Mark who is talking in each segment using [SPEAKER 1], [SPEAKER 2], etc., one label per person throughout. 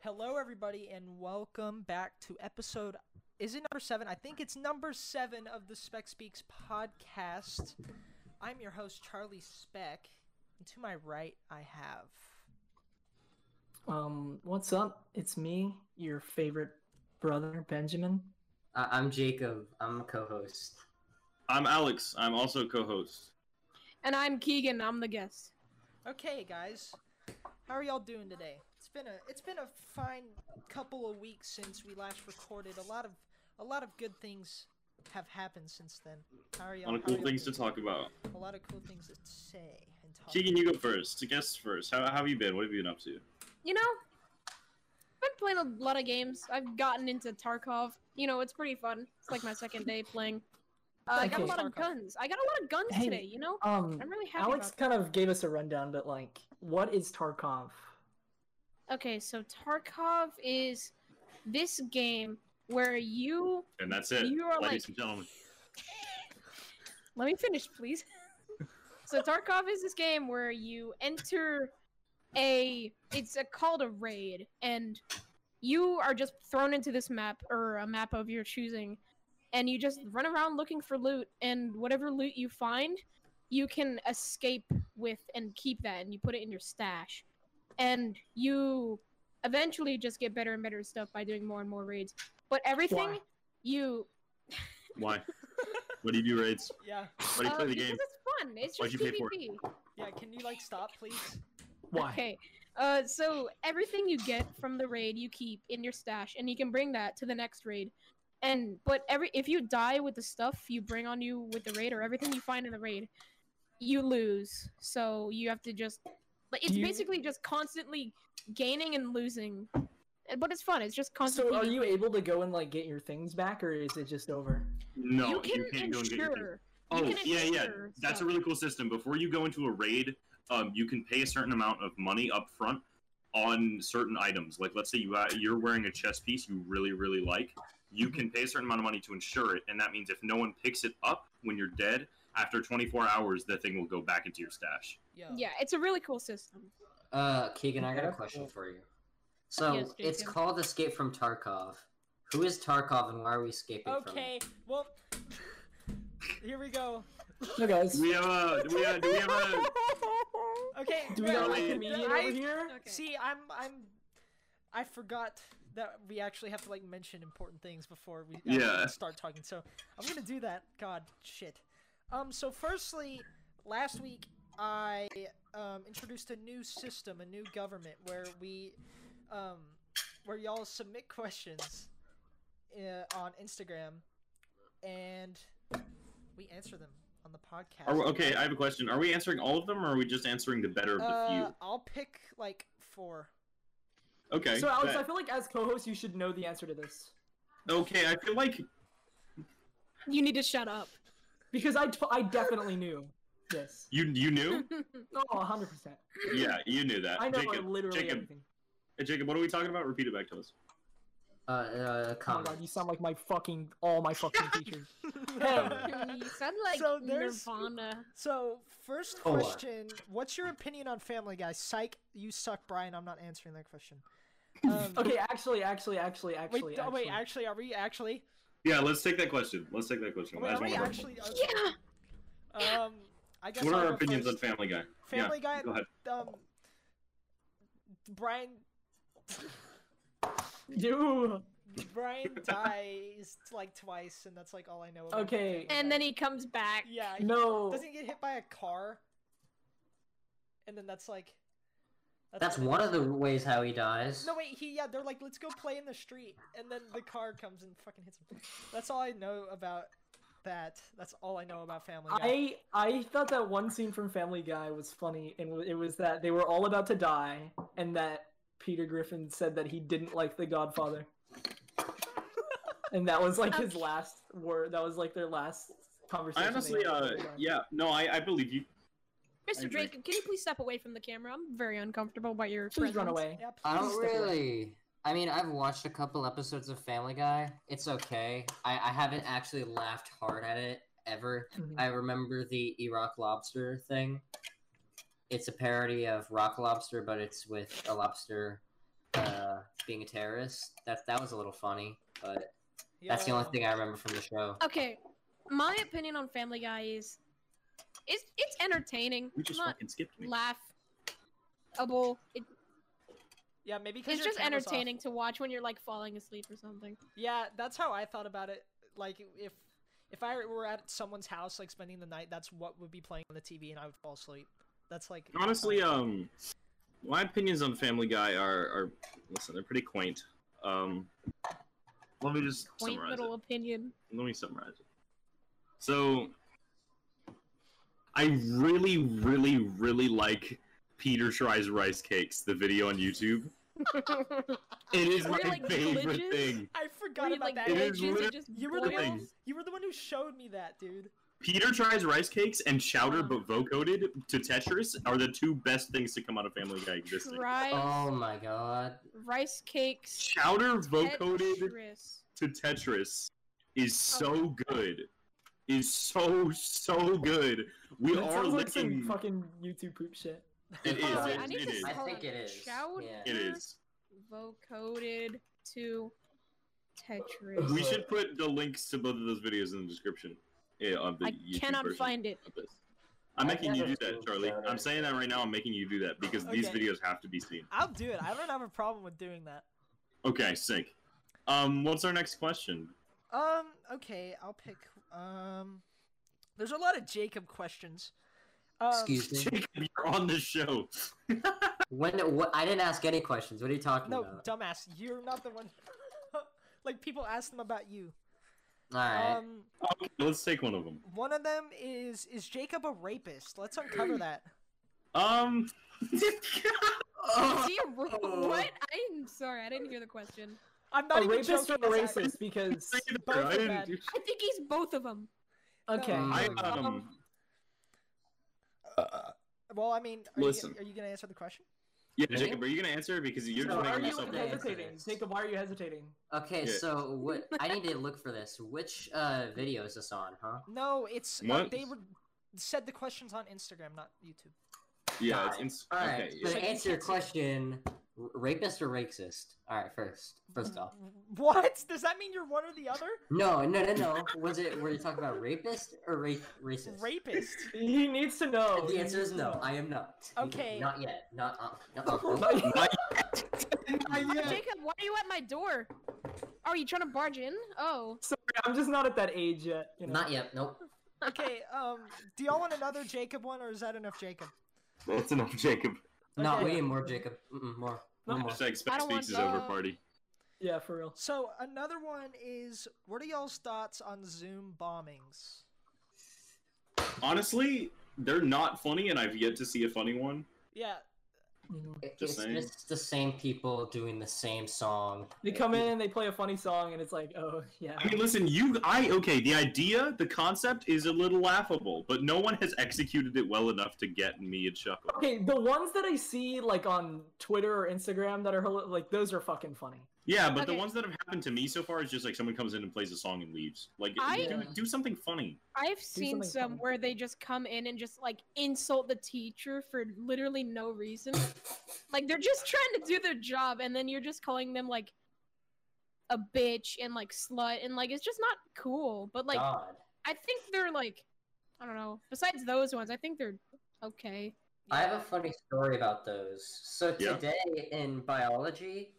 [SPEAKER 1] Hello, everybody, and welcome back to episode. Is it number seven? I think it's number seven of the Spec Speaks podcast. I'm your host, Charlie Speck, and to my right, I have.
[SPEAKER 2] Um, what's up? It's me, your favorite brother, Benjamin.
[SPEAKER 3] Uh, I'm Jacob. I'm a co-host.
[SPEAKER 4] I'm Alex. I'm also co-host.
[SPEAKER 5] And I'm Keegan. I'm the guest.
[SPEAKER 1] Okay, guys, how are y'all doing today? It's been a it's been a fine couple of weeks since we last recorded. A lot of a lot of good things have happened since then. How are
[SPEAKER 4] A
[SPEAKER 1] y'all?
[SPEAKER 4] lot of
[SPEAKER 1] how
[SPEAKER 4] cool
[SPEAKER 1] are y'all
[SPEAKER 4] things to
[SPEAKER 1] doing?
[SPEAKER 4] talk about.
[SPEAKER 1] A lot of cool things to say and talk.
[SPEAKER 4] Keegan, you go first. The guests first. How, how have you been? What have you been up to?
[SPEAKER 5] You know, I've been playing a lot of games. I've gotten into Tarkov. You know, it's pretty fun. It's like my second day playing. Uh, I got a
[SPEAKER 2] Okay.
[SPEAKER 5] lot of
[SPEAKER 1] Tarkov.
[SPEAKER 5] guns. I got a lot of guns
[SPEAKER 2] Hey,
[SPEAKER 5] today. You know,
[SPEAKER 2] Um,
[SPEAKER 5] I'm really happy.
[SPEAKER 2] Alex
[SPEAKER 5] about
[SPEAKER 2] kind of gave us a rundown, but like, what is Tarkov?
[SPEAKER 5] that. Okay, so Tarkov is this game where you
[SPEAKER 4] And that's it,
[SPEAKER 5] You are
[SPEAKER 4] ladies
[SPEAKER 5] like-
[SPEAKER 4] and gentlemen.
[SPEAKER 5] Let me finish, please. so Tarkov is this game where you enter a it's a called a raid and you are just thrown into this map or a map of your choosing and you just run around looking for loot and whatever loot you find you can escape with and keep that and you put it in your stash and you eventually just get better and better at stuff by doing more and more raids but everything
[SPEAKER 2] Why?
[SPEAKER 5] you
[SPEAKER 4] Why? what do you do raids?
[SPEAKER 1] Yeah,
[SPEAKER 4] Why do you
[SPEAKER 5] uh,
[SPEAKER 4] play the
[SPEAKER 5] because
[SPEAKER 4] game?
[SPEAKER 5] it's fun it's
[SPEAKER 4] Why'd
[SPEAKER 5] just
[SPEAKER 4] you pay for it?
[SPEAKER 5] PvP.
[SPEAKER 1] yeah. Can you like stop, please?
[SPEAKER 2] Why?
[SPEAKER 5] Okay. Uh, so everything you get from the raid, you keep in your stash, and you can bring that to the next raid. And but every if you die with the stuff you bring on you with the raid or everything you find in the raid, you lose. So you have to just. like, It's
[SPEAKER 2] you-
[SPEAKER 5] basically just constantly gaining and losing, And- but it's fun. It's just constantly.
[SPEAKER 2] So, are you able to go and like get your things back, or is it just over?
[SPEAKER 4] No,
[SPEAKER 5] you can
[SPEAKER 4] not go and get your things.
[SPEAKER 5] ensure. you
[SPEAKER 4] Oh,
[SPEAKER 5] can
[SPEAKER 4] yeah, yeah.
[SPEAKER 5] ensure
[SPEAKER 4] That's a
[SPEAKER 5] stuff.
[SPEAKER 4] really cool system. Before you go into a raid, um, you can pay a certain amount of money up front on certain items. Like, let's say you uh, you're wearing a chest piece you really really like, you can pay a certain amount of money to insure it, and that means if no one picks it up when you're dead after 24 hours, the thing will go back into your stash.
[SPEAKER 1] Yo.
[SPEAKER 5] Yeah, it's a really cool system.
[SPEAKER 3] Uh, Keegan, I got a
[SPEAKER 2] Okay.
[SPEAKER 3] question for you. So
[SPEAKER 5] Yes,
[SPEAKER 3] it's
[SPEAKER 5] Jacob.
[SPEAKER 3] called Escape from Tarkov. Who is Tarkov, and why are we escaping from? him?
[SPEAKER 1] Okay. Well, here we go.
[SPEAKER 2] So, guys,
[SPEAKER 4] Do we have a do we have, do we have a
[SPEAKER 1] Okay.
[SPEAKER 2] do we got like
[SPEAKER 4] Charlie.
[SPEAKER 2] a comedian
[SPEAKER 1] I-
[SPEAKER 2] over here?
[SPEAKER 5] Okay.
[SPEAKER 1] See, I'm I'm I forgot that we actually have to like mention important things before we actually
[SPEAKER 4] Yeah.
[SPEAKER 1] start talking. So I'm gonna do that. God shit. Um. So firstly, last week I um, introduced a new system, a new government where we um, where y'all submit questions uh, on Instagram and we answer them on the podcast.
[SPEAKER 4] Are we- Oh, okay, I have a question. Are we answering all of them, or are we just answering the better of the
[SPEAKER 1] Uh, I'll pick like four.
[SPEAKER 4] few? Okay.
[SPEAKER 2] So, Alex,
[SPEAKER 4] bet.
[SPEAKER 2] I feel like as co-host, you should know the answer to this
[SPEAKER 4] okay, I feel like
[SPEAKER 5] You need to shut up.
[SPEAKER 2] because I, t- I definitely knew this.
[SPEAKER 4] you you knew.
[SPEAKER 2] Oh, 100 percent.
[SPEAKER 4] yeah, you knew that.
[SPEAKER 2] I know
[SPEAKER 4] Jacob,
[SPEAKER 2] literally
[SPEAKER 4] Jacob,
[SPEAKER 2] everything.
[SPEAKER 4] hey, Jacob, what are we talking about? Repeat it back to us.
[SPEAKER 3] Uh, uh,
[SPEAKER 2] Oh my
[SPEAKER 3] comment.
[SPEAKER 2] god, you sound like my fucking all my fucking teachers.
[SPEAKER 5] you sound like
[SPEAKER 1] So there's-
[SPEAKER 5] Nirvana.
[SPEAKER 1] So, first
[SPEAKER 4] Oh
[SPEAKER 3] Four.
[SPEAKER 1] question: What's your opinion on Family Guy? Psych, you suck, Brian. I'm not answering that question. Um,
[SPEAKER 2] Okay, actually, actually, actually,
[SPEAKER 1] Wait,
[SPEAKER 2] actually,
[SPEAKER 1] oh,
[SPEAKER 2] actually.
[SPEAKER 1] wait, actually, are we actually?
[SPEAKER 4] Yeah, let's take that question. Let's take that question.
[SPEAKER 1] Wait,
[SPEAKER 4] That's
[SPEAKER 1] are we
[SPEAKER 4] one of our-
[SPEAKER 1] actually? uh,
[SPEAKER 5] Yeah.
[SPEAKER 1] Um, I guess.
[SPEAKER 4] what
[SPEAKER 1] I'll
[SPEAKER 4] are our
[SPEAKER 1] go
[SPEAKER 4] opinions
[SPEAKER 1] first.
[SPEAKER 4] on Family Guy?
[SPEAKER 1] Family
[SPEAKER 4] yeah,
[SPEAKER 1] Guy?
[SPEAKER 4] Go ahead.
[SPEAKER 1] Um, Brian,
[SPEAKER 2] You
[SPEAKER 1] Brian dies like twice, and that's like all I know. About
[SPEAKER 2] okay?
[SPEAKER 5] And then he comes back.
[SPEAKER 1] Yeah. he-
[SPEAKER 2] no.
[SPEAKER 1] Doesn't he get hit by a car? And then that's like.
[SPEAKER 3] That's
[SPEAKER 1] all I know.
[SPEAKER 3] one of the ways how he dies.
[SPEAKER 1] No wait, he yeah, they're like, let's go play in the street, and then the car comes and fucking hits him. That's all I know about that. That's all I know about Family Guy.
[SPEAKER 2] I I thought that one scene from Family Guy was funny, and w- it was that they were all about to die, and that Peter Griffin said that he didn't like The Godfather, and that was like his
[SPEAKER 5] Okay.
[SPEAKER 2] last word. That was like their last conversation.
[SPEAKER 4] I
[SPEAKER 2] they
[SPEAKER 4] honestly,
[SPEAKER 2] had.
[SPEAKER 4] uh, yeah, no, I, I believe you.
[SPEAKER 5] Mr.
[SPEAKER 4] I agree.
[SPEAKER 5] Drake, can you please step away from the camera? I'm very uncomfortable by your
[SPEAKER 2] Please run
[SPEAKER 5] presence.
[SPEAKER 2] away.
[SPEAKER 1] yeah,
[SPEAKER 3] I
[SPEAKER 1] please
[SPEAKER 3] don't
[SPEAKER 1] step away.
[SPEAKER 3] really. I mean, I've watched a couple episodes of Family Guy. It's okay. I, I haven't actually laughed hard at it ever.
[SPEAKER 2] Mhm.
[SPEAKER 3] I remember the Iraq lobster thing. It's a parody of Rock Lobster, but it's with a lobster. Uh, being a terrorist. That that was a little funny, but that's the only
[SPEAKER 1] Yeah.
[SPEAKER 3] thing I remember from the show.
[SPEAKER 5] Okay, my opinion on Family Guy is it's it's entertaining.
[SPEAKER 4] We just
[SPEAKER 5] It's not
[SPEAKER 4] fucking skipped me.
[SPEAKER 5] laughable. It,
[SPEAKER 1] Yeah, maybe because
[SPEAKER 5] it's just entertaining to watch when you're like falling asleep or something.
[SPEAKER 1] Yeah, that's how I thought about it. Like if if I were at someone's house, like spending the night, that's what would be playing on the TV, and I would fall asleep. That's like
[SPEAKER 4] Honestly, um, my opinions on Family Guy are are listen, they're pretty quaint. Um, let me just
[SPEAKER 5] Quaint
[SPEAKER 4] summarize it.
[SPEAKER 5] little opinion.
[SPEAKER 4] let me summarize it. So, I really, really, really like Peter Tries Rice Cakes, the video on YouTube. It is
[SPEAKER 5] Were
[SPEAKER 4] my
[SPEAKER 5] there, like,
[SPEAKER 4] favorite
[SPEAKER 5] glitches?
[SPEAKER 4] thing.
[SPEAKER 1] I forgot
[SPEAKER 5] Read,
[SPEAKER 1] about
[SPEAKER 5] like,
[SPEAKER 1] that.
[SPEAKER 4] It is
[SPEAKER 5] glitches and
[SPEAKER 4] lit-
[SPEAKER 5] just
[SPEAKER 1] You were the
[SPEAKER 5] boils.
[SPEAKER 1] one.
[SPEAKER 4] thing.
[SPEAKER 1] You were the one who showed me that, dude.
[SPEAKER 4] Peter Tries Rice Cakes and Chowder
[SPEAKER 5] Wow.
[SPEAKER 4] But Vocoded to Tetris are the two best things to come out of Family Guy existing.
[SPEAKER 5] Rice,
[SPEAKER 4] uh,
[SPEAKER 3] Oh my god.
[SPEAKER 5] rice cakes,
[SPEAKER 4] Chowder Vocoded
[SPEAKER 5] Tetris. Oh.
[SPEAKER 4] to Tetris is so good. Is so, so good. We
[SPEAKER 2] That
[SPEAKER 4] are
[SPEAKER 2] sounds like some
[SPEAKER 4] looking.
[SPEAKER 2] fucking YouTube poop shit.
[SPEAKER 4] It is.
[SPEAKER 5] Hold on, Oh, I
[SPEAKER 4] it-
[SPEAKER 5] need
[SPEAKER 4] it
[SPEAKER 5] to
[SPEAKER 4] is.
[SPEAKER 3] I
[SPEAKER 5] Hold
[SPEAKER 3] think
[SPEAKER 5] on.
[SPEAKER 3] it is.
[SPEAKER 5] Chowder?
[SPEAKER 3] Yeah.
[SPEAKER 4] It is.
[SPEAKER 5] vocoded to Tetris.
[SPEAKER 4] We should put the links to both of those videos in the description. Yeah, of the
[SPEAKER 5] I
[SPEAKER 4] YouTube
[SPEAKER 5] cannot
[SPEAKER 4] version
[SPEAKER 5] find it.
[SPEAKER 4] of this. I'm
[SPEAKER 3] I've
[SPEAKER 4] making you
[SPEAKER 3] never
[SPEAKER 4] do that,
[SPEAKER 3] seen
[SPEAKER 4] Charlie.
[SPEAKER 3] Chowder.
[SPEAKER 4] I'm saying that right now. I'm making you do that because these
[SPEAKER 1] Okay.
[SPEAKER 4] videos have to be seen.
[SPEAKER 1] I'll do it. I don't have a problem with doing that.
[SPEAKER 4] Okay, sync. Um, what's our next question?
[SPEAKER 1] Um. Okay, I'll pick. Um. There's a lot of Jacob questions. Um,
[SPEAKER 3] Excuse me.
[SPEAKER 4] Jacob, you're on the show.
[SPEAKER 3] When what I didn't ask any questions. What are you talking
[SPEAKER 1] No,
[SPEAKER 3] about?
[SPEAKER 1] dumbass, you're not the one. like people ask them about you.
[SPEAKER 3] All right.
[SPEAKER 1] Um.
[SPEAKER 4] Okay, let's take one of them.
[SPEAKER 1] One of them is is Jacob a rapist? Let's uncover that.
[SPEAKER 4] Um,
[SPEAKER 5] Is he a ro- what? I'm sorry, I didn't hear the question.
[SPEAKER 1] I'm not
[SPEAKER 2] A
[SPEAKER 1] even
[SPEAKER 2] rapist or a
[SPEAKER 1] joking, that's ac-
[SPEAKER 2] racist? Because
[SPEAKER 1] Both are
[SPEAKER 4] I didn't.
[SPEAKER 1] bad.
[SPEAKER 4] do-
[SPEAKER 5] I think he's both of them.
[SPEAKER 2] okay,
[SPEAKER 3] No.
[SPEAKER 4] I
[SPEAKER 3] Um,
[SPEAKER 4] um. Uh,
[SPEAKER 1] Well, I mean, are
[SPEAKER 4] Listen.
[SPEAKER 1] You, are you gonna answer the question?
[SPEAKER 4] Yeah, Jacob, are you gonna answer because you're
[SPEAKER 2] so
[SPEAKER 4] just
[SPEAKER 2] why are
[SPEAKER 4] making
[SPEAKER 2] you
[SPEAKER 4] yourself
[SPEAKER 3] okay?
[SPEAKER 4] look
[SPEAKER 2] hesitating? Jacob, why are you hesitating?
[SPEAKER 3] Okay,
[SPEAKER 4] Yeah.
[SPEAKER 3] so what I need to look for this. Which uh video is this on, huh?
[SPEAKER 1] No, it's uh,
[SPEAKER 4] What?
[SPEAKER 1] they were said the questions on Instagram, not YouTube.
[SPEAKER 4] Yeah, it's ins-
[SPEAKER 3] All right.
[SPEAKER 4] okay.
[SPEAKER 3] So
[SPEAKER 4] yeah.
[SPEAKER 3] to answer your question, r- rapist or racist? All right, first,
[SPEAKER 5] Mm-hmm.
[SPEAKER 3] first off,
[SPEAKER 1] What does that mean? You're one or the other?
[SPEAKER 3] no, no, no, no. Was it? Were you talking about rapist or ra- racist?
[SPEAKER 1] Rapist.
[SPEAKER 2] He needs to know.
[SPEAKER 3] The answer is no. I am not.
[SPEAKER 1] Okay.
[SPEAKER 3] Not yet. Not. Uh, not
[SPEAKER 5] Uh, Jacob, why are you at my door? Oh, are you trying to barge in? Oh.
[SPEAKER 2] Sorry, I'm just not at that age yet. You know?
[SPEAKER 3] not yet. Nope.
[SPEAKER 1] Okay. Um. Do y'all want another Jacob one, or is that enough, Jacob?
[SPEAKER 4] That's enough, Jacob.
[SPEAKER 3] No,
[SPEAKER 1] Okay.
[SPEAKER 3] we need more, Jacob. Mm-mm, more. No more.
[SPEAKER 4] Hashtag
[SPEAKER 5] I
[SPEAKER 4] Specs
[SPEAKER 5] don't want
[SPEAKER 4] Speaks is over
[SPEAKER 5] the-
[SPEAKER 4] party.
[SPEAKER 2] Yeah, for real.
[SPEAKER 1] So another one is what are y'all's thoughts on Zoom bombings?
[SPEAKER 4] Honestly, they're not funny, and I've yet to see a funny one.
[SPEAKER 1] Yeah.
[SPEAKER 3] It-
[SPEAKER 4] Just
[SPEAKER 3] It's
[SPEAKER 4] saying.
[SPEAKER 3] just the same people doing the same song.
[SPEAKER 2] They come in and they play a funny song, and it's like, oh yeah.
[SPEAKER 4] I mean, listen, you, I, okay, the idea, the concept is a little laughable, but no one has executed it well enough to get me a chuckle.
[SPEAKER 2] Okay, the ones that I see like on Twitter or Instagram that are hila- like those are fucking funny.
[SPEAKER 4] Yeah, but the
[SPEAKER 5] Okay.
[SPEAKER 4] ones that have happened to me so far is just like someone comes in and plays a song and leaves. Like,
[SPEAKER 5] I-
[SPEAKER 4] do, do something funny.
[SPEAKER 5] I've seen
[SPEAKER 2] something
[SPEAKER 5] some
[SPEAKER 2] funny.
[SPEAKER 5] where they just come in and just like insult the teacher for literally no reason. like they're just trying to do their job and then you're just calling them like a bitch and like slut and like it's just not cool. But like
[SPEAKER 3] God.
[SPEAKER 5] I think they're like I don't know. Besides those ones, I think they're okay.
[SPEAKER 3] I have a funny story about those. So
[SPEAKER 4] Yeah.
[SPEAKER 3] today in biology,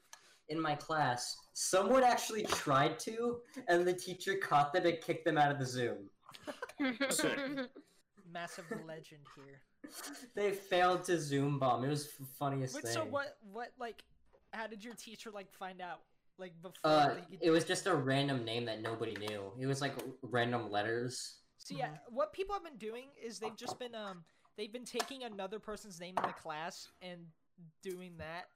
[SPEAKER 3] in my class, someone actually tried to, and the teacher caught them and kicked them out of the Zoom.
[SPEAKER 4] Sick.
[SPEAKER 1] Massive legend here.
[SPEAKER 3] They failed to Zoom bomb. It was the funniest
[SPEAKER 1] Wait,
[SPEAKER 3] thing.
[SPEAKER 1] so what? What like? How did your teacher like find out? Like before?
[SPEAKER 3] Uh,
[SPEAKER 1] he could-
[SPEAKER 3] it was just a random name that nobody knew. It was like random letters.
[SPEAKER 1] So yeah,
[SPEAKER 3] Mm-hmm.
[SPEAKER 1] what people have been doing is they've just been um they've been taking another person's name in the class and doing that.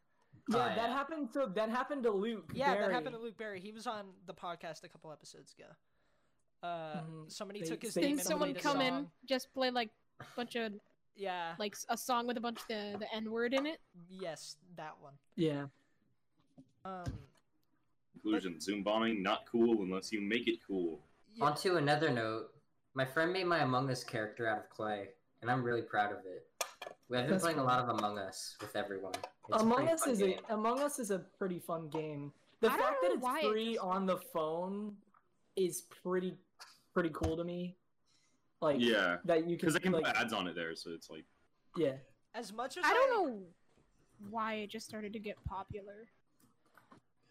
[SPEAKER 2] Yeah,
[SPEAKER 3] Oh,
[SPEAKER 2] that
[SPEAKER 3] yeah.
[SPEAKER 2] happened to that happened to Luke.
[SPEAKER 1] Yeah, that
[SPEAKER 2] Barry.
[SPEAKER 1] happened to Luke Berry. He was on the podcast a couple episodes ago. Uh,
[SPEAKER 3] Mm-hmm.
[SPEAKER 2] Mhm.
[SPEAKER 1] somebody
[SPEAKER 2] They-
[SPEAKER 1] took his
[SPEAKER 2] they-
[SPEAKER 1] name
[SPEAKER 5] Then
[SPEAKER 1] and
[SPEAKER 5] someone
[SPEAKER 1] played a
[SPEAKER 5] come in,
[SPEAKER 1] song.
[SPEAKER 5] just play like a bunch of
[SPEAKER 1] Yeah.
[SPEAKER 5] like s- a song with a bunch of the, the N word in it.
[SPEAKER 1] Yes, that one.
[SPEAKER 2] Yeah.
[SPEAKER 1] Um.
[SPEAKER 4] Conclusion Zoom bombing, not cool unless you make it cool.
[SPEAKER 1] yeah.
[SPEAKER 3] On to another note, my friend made my Among Us character out of clay, and I'm really proud of it. I've been
[SPEAKER 2] That's
[SPEAKER 3] playing
[SPEAKER 2] cool.
[SPEAKER 3] a lot of Among Us with everyone. It's a
[SPEAKER 2] Among
[SPEAKER 3] pretty
[SPEAKER 2] Us
[SPEAKER 3] fun
[SPEAKER 2] is
[SPEAKER 3] game.
[SPEAKER 2] a Among Us is a pretty fun game. The
[SPEAKER 5] I don't
[SPEAKER 2] fact
[SPEAKER 5] know
[SPEAKER 2] that it's
[SPEAKER 5] why it
[SPEAKER 2] free
[SPEAKER 5] just-
[SPEAKER 2] on the phone is pretty pretty cool to me. Like
[SPEAKER 4] Yeah,
[SPEAKER 2] that you can
[SPEAKER 4] because I can
[SPEAKER 2] like
[SPEAKER 4] put ads on it there, so it's like
[SPEAKER 2] yeah.
[SPEAKER 1] As much as
[SPEAKER 5] I don't know why it just started to get popular.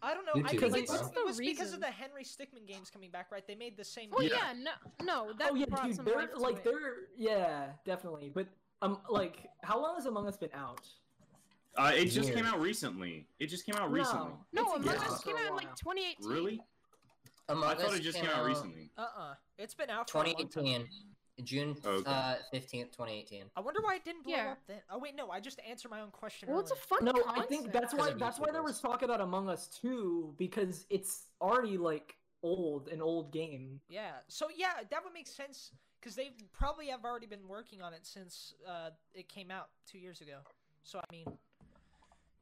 [SPEAKER 1] I don't know.
[SPEAKER 3] You
[SPEAKER 1] I
[SPEAKER 3] too,
[SPEAKER 1] think
[SPEAKER 2] like,
[SPEAKER 1] it
[SPEAKER 2] what's
[SPEAKER 1] was,
[SPEAKER 5] the
[SPEAKER 1] it was because
[SPEAKER 5] reason?
[SPEAKER 1] of the Henry Stickmin games coming back, right? They made the same.
[SPEAKER 5] Well,
[SPEAKER 1] game.
[SPEAKER 5] yeah,
[SPEAKER 4] Yeah.
[SPEAKER 5] no, no, that
[SPEAKER 2] oh yeah,
[SPEAKER 5] brought
[SPEAKER 2] dude.
[SPEAKER 5] some
[SPEAKER 2] They're
[SPEAKER 5] life to
[SPEAKER 2] like
[SPEAKER 5] it.
[SPEAKER 2] they're yeah, definitely. But um, like how long has Among Us been out?
[SPEAKER 4] uh, it just
[SPEAKER 3] Weird.
[SPEAKER 4] came out recently. It just came out recently.
[SPEAKER 2] No,
[SPEAKER 5] No,
[SPEAKER 2] it's
[SPEAKER 5] Among
[SPEAKER 2] been
[SPEAKER 5] Us
[SPEAKER 2] for
[SPEAKER 5] came
[SPEAKER 2] a
[SPEAKER 5] out in like
[SPEAKER 2] while.
[SPEAKER 5] 2018.
[SPEAKER 4] Really?
[SPEAKER 3] Among
[SPEAKER 4] I thought
[SPEAKER 3] Us
[SPEAKER 4] it just came out recently.
[SPEAKER 1] Uh uh-uh. uh. it has been out for a long time.
[SPEAKER 3] 2018, June
[SPEAKER 4] Oh, Okay.
[SPEAKER 3] uh, 15th, 2018.
[SPEAKER 1] I wonder why it didn't blow
[SPEAKER 5] Yeah.
[SPEAKER 1] up then. Oh wait, no. I just answered my own question.
[SPEAKER 5] Well, it's a
[SPEAKER 1] earlier.
[SPEAKER 5] fun
[SPEAKER 2] No,
[SPEAKER 5] concept.
[SPEAKER 2] I think that's why
[SPEAKER 3] Because of
[SPEAKER 2] that's why there
[SPEAKER 3] YouTubers.
[SPEAKER 2] was talk about Among Us too because it's already like old, an old game.
[SPEAKER 1] yeah. So yeah, that would make sense because they probably have already been working on it since uh, it came out two years ago. So I mean,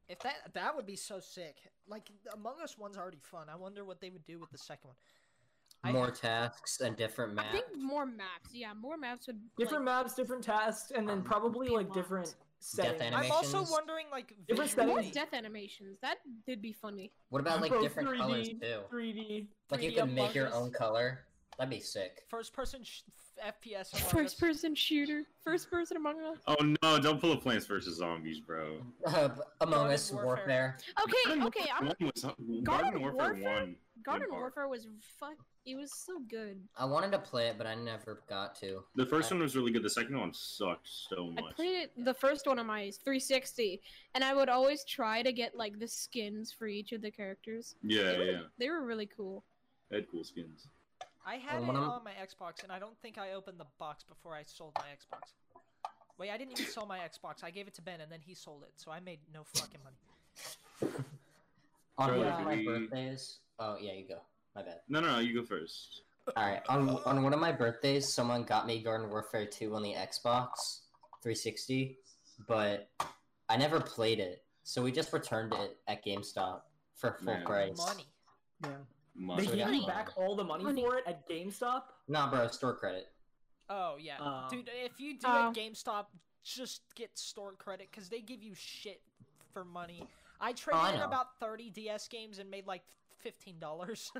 [SPEAKER 1] if that that would be so sick. Like Among Us one's already fun. I wonder what they would do with the second one. I-
[SPEAKER 3] More tasks, a different map.
[SPEAKER 5] I think more maps. Yeah, more maps would
[SPEAKER 2] Different
[SPEAKER 5] like,
[SPEAKER 2] maps, different tasks, and then
[SPEAKER 3] um,
[SPEAKER 2] probably
[SPEAKER 5] be
[SPEAKER 2] like
[SPEAKER 5] locked.
[SPEAKER 2] different settings.
[SPEAKER 3] anima-
[SPEAKER 1] I'm also
[SPEAKER 3] animations.
[SPEAKER 1] wondering like
[SPEAKER 2] It was
[SPEAKER 1] visually.
[SPEAKER 5] more
[SPEAKER 2] definitely-
[SPEAKER 5] death animations. That did be funny.
[SPEAKER 3] What about like
[SPEAKER 2] Both
[SPEAKER 3] different colors
[SPEAKER 2] 3D,
[SPEAKER 3] too?
[SPEAKER 2] 3D.
[SPEAKER 3] Like you
[SPEAKER 2] 3D
[SPEAKER 3] can make your
[SPEAKER 2] Among Us.
[SPEAKER 3] own color. That'd be sick.
[SPEAKER 1] First person sh- FPS. Among
[SPEAKER 5] First
[SPEAKER 1] Us.
[SPEAKER 5] person shooter. First person Among Us.
[SPEAKER 4] Oh no! Don't pull up Plants vs Zombies, bro.
[SPEAKER 3] Uh, Among
[SPEAKER 1] Garden
[SPEAKER 3] Us
[SPEAKER 1] Warfare.
[SPEAKER 3] Warfare.
[SPEAKER 5] Okay, okay. I'm
[SPEAKER 4] One was, Garden, Warfare,
[SPEAKER 5] Warfare?
[SPEAKER 4] One.
[SPEAKER 5] Garden
[SPEAKER 4] War.
[SPEAKER 5] Warfare was fuck. It was so good.
[SPEAKER 3] I wanted to play it, but I never got to.
[SPEAKER 4] The first one was really good. The second one sucked so
[SPEAKER 5] I
[SPEAKER 4] much.
[SPEAKER 5] played it, the first one on my 360, and I would always try to get like the skins for each of the characters.
[SPEAKER 4] Yeah,
[SPEAKER 5] they, were,
[SPEAKER 4] yeah.
[SPEAKER 5] they were really cool.
[SPEAKER 4] They had cool skins.
[SPEAKER 1] I had
[SPEAKER 3] Um,
[SPEAKER 1] it
[SPEAKER 3] when I'm-
[SPEAKER 1] on my Xbox, and I don't think I opened the box before I sold my Xbox. Wait, I didn't even sell my Xbox. I gave it to Ben, and then he sold it, so I made no fucking money.
[SPEAKER 3] On
[SPEAKER 4] Or
[SPEAKER 3] one
[SPEAKER 2] like
[SPEAKER 3] of my
[SPEAKER 4] we-
[SPEAKER 3] birthdays. Oh yeah, you go. My bad.
[SPEAKER 4] No, no, no. You go first.
[SPEAKER 3] All right. On on one of my birthdays, someone got me Garden Warfare 2 on the Xbox 360, but I never played it. So we just returned it at GameStop for full
[SPEAKER 4] Man.
[SPEAKER 3] price.
[SPEAKER 1] Money.
[SPEAKER 2] Yeah. They
[SPEAKER 4] Mine.
[SPEAKER 3] Money.
[SPEAKER 2] gave you back all the money
[SPEAKER 5] Money.
[SPEAKER 2] for it at GameStop.
[SPEAKER 3] Nah, bro, store credit.
[SPEAKER 1] Oh yeah,
[SPEAKER 2] Um,
[SPEAKER 1] dude. If you do
[SPEAKER 5] Oh.
[SPEAKER 1] it GameStop, just get store credit because they give you shit for money. I traded in
[SPEAKER 3] know.
[SPEAKER 1] about thirty DS games and made like fifteen dollars.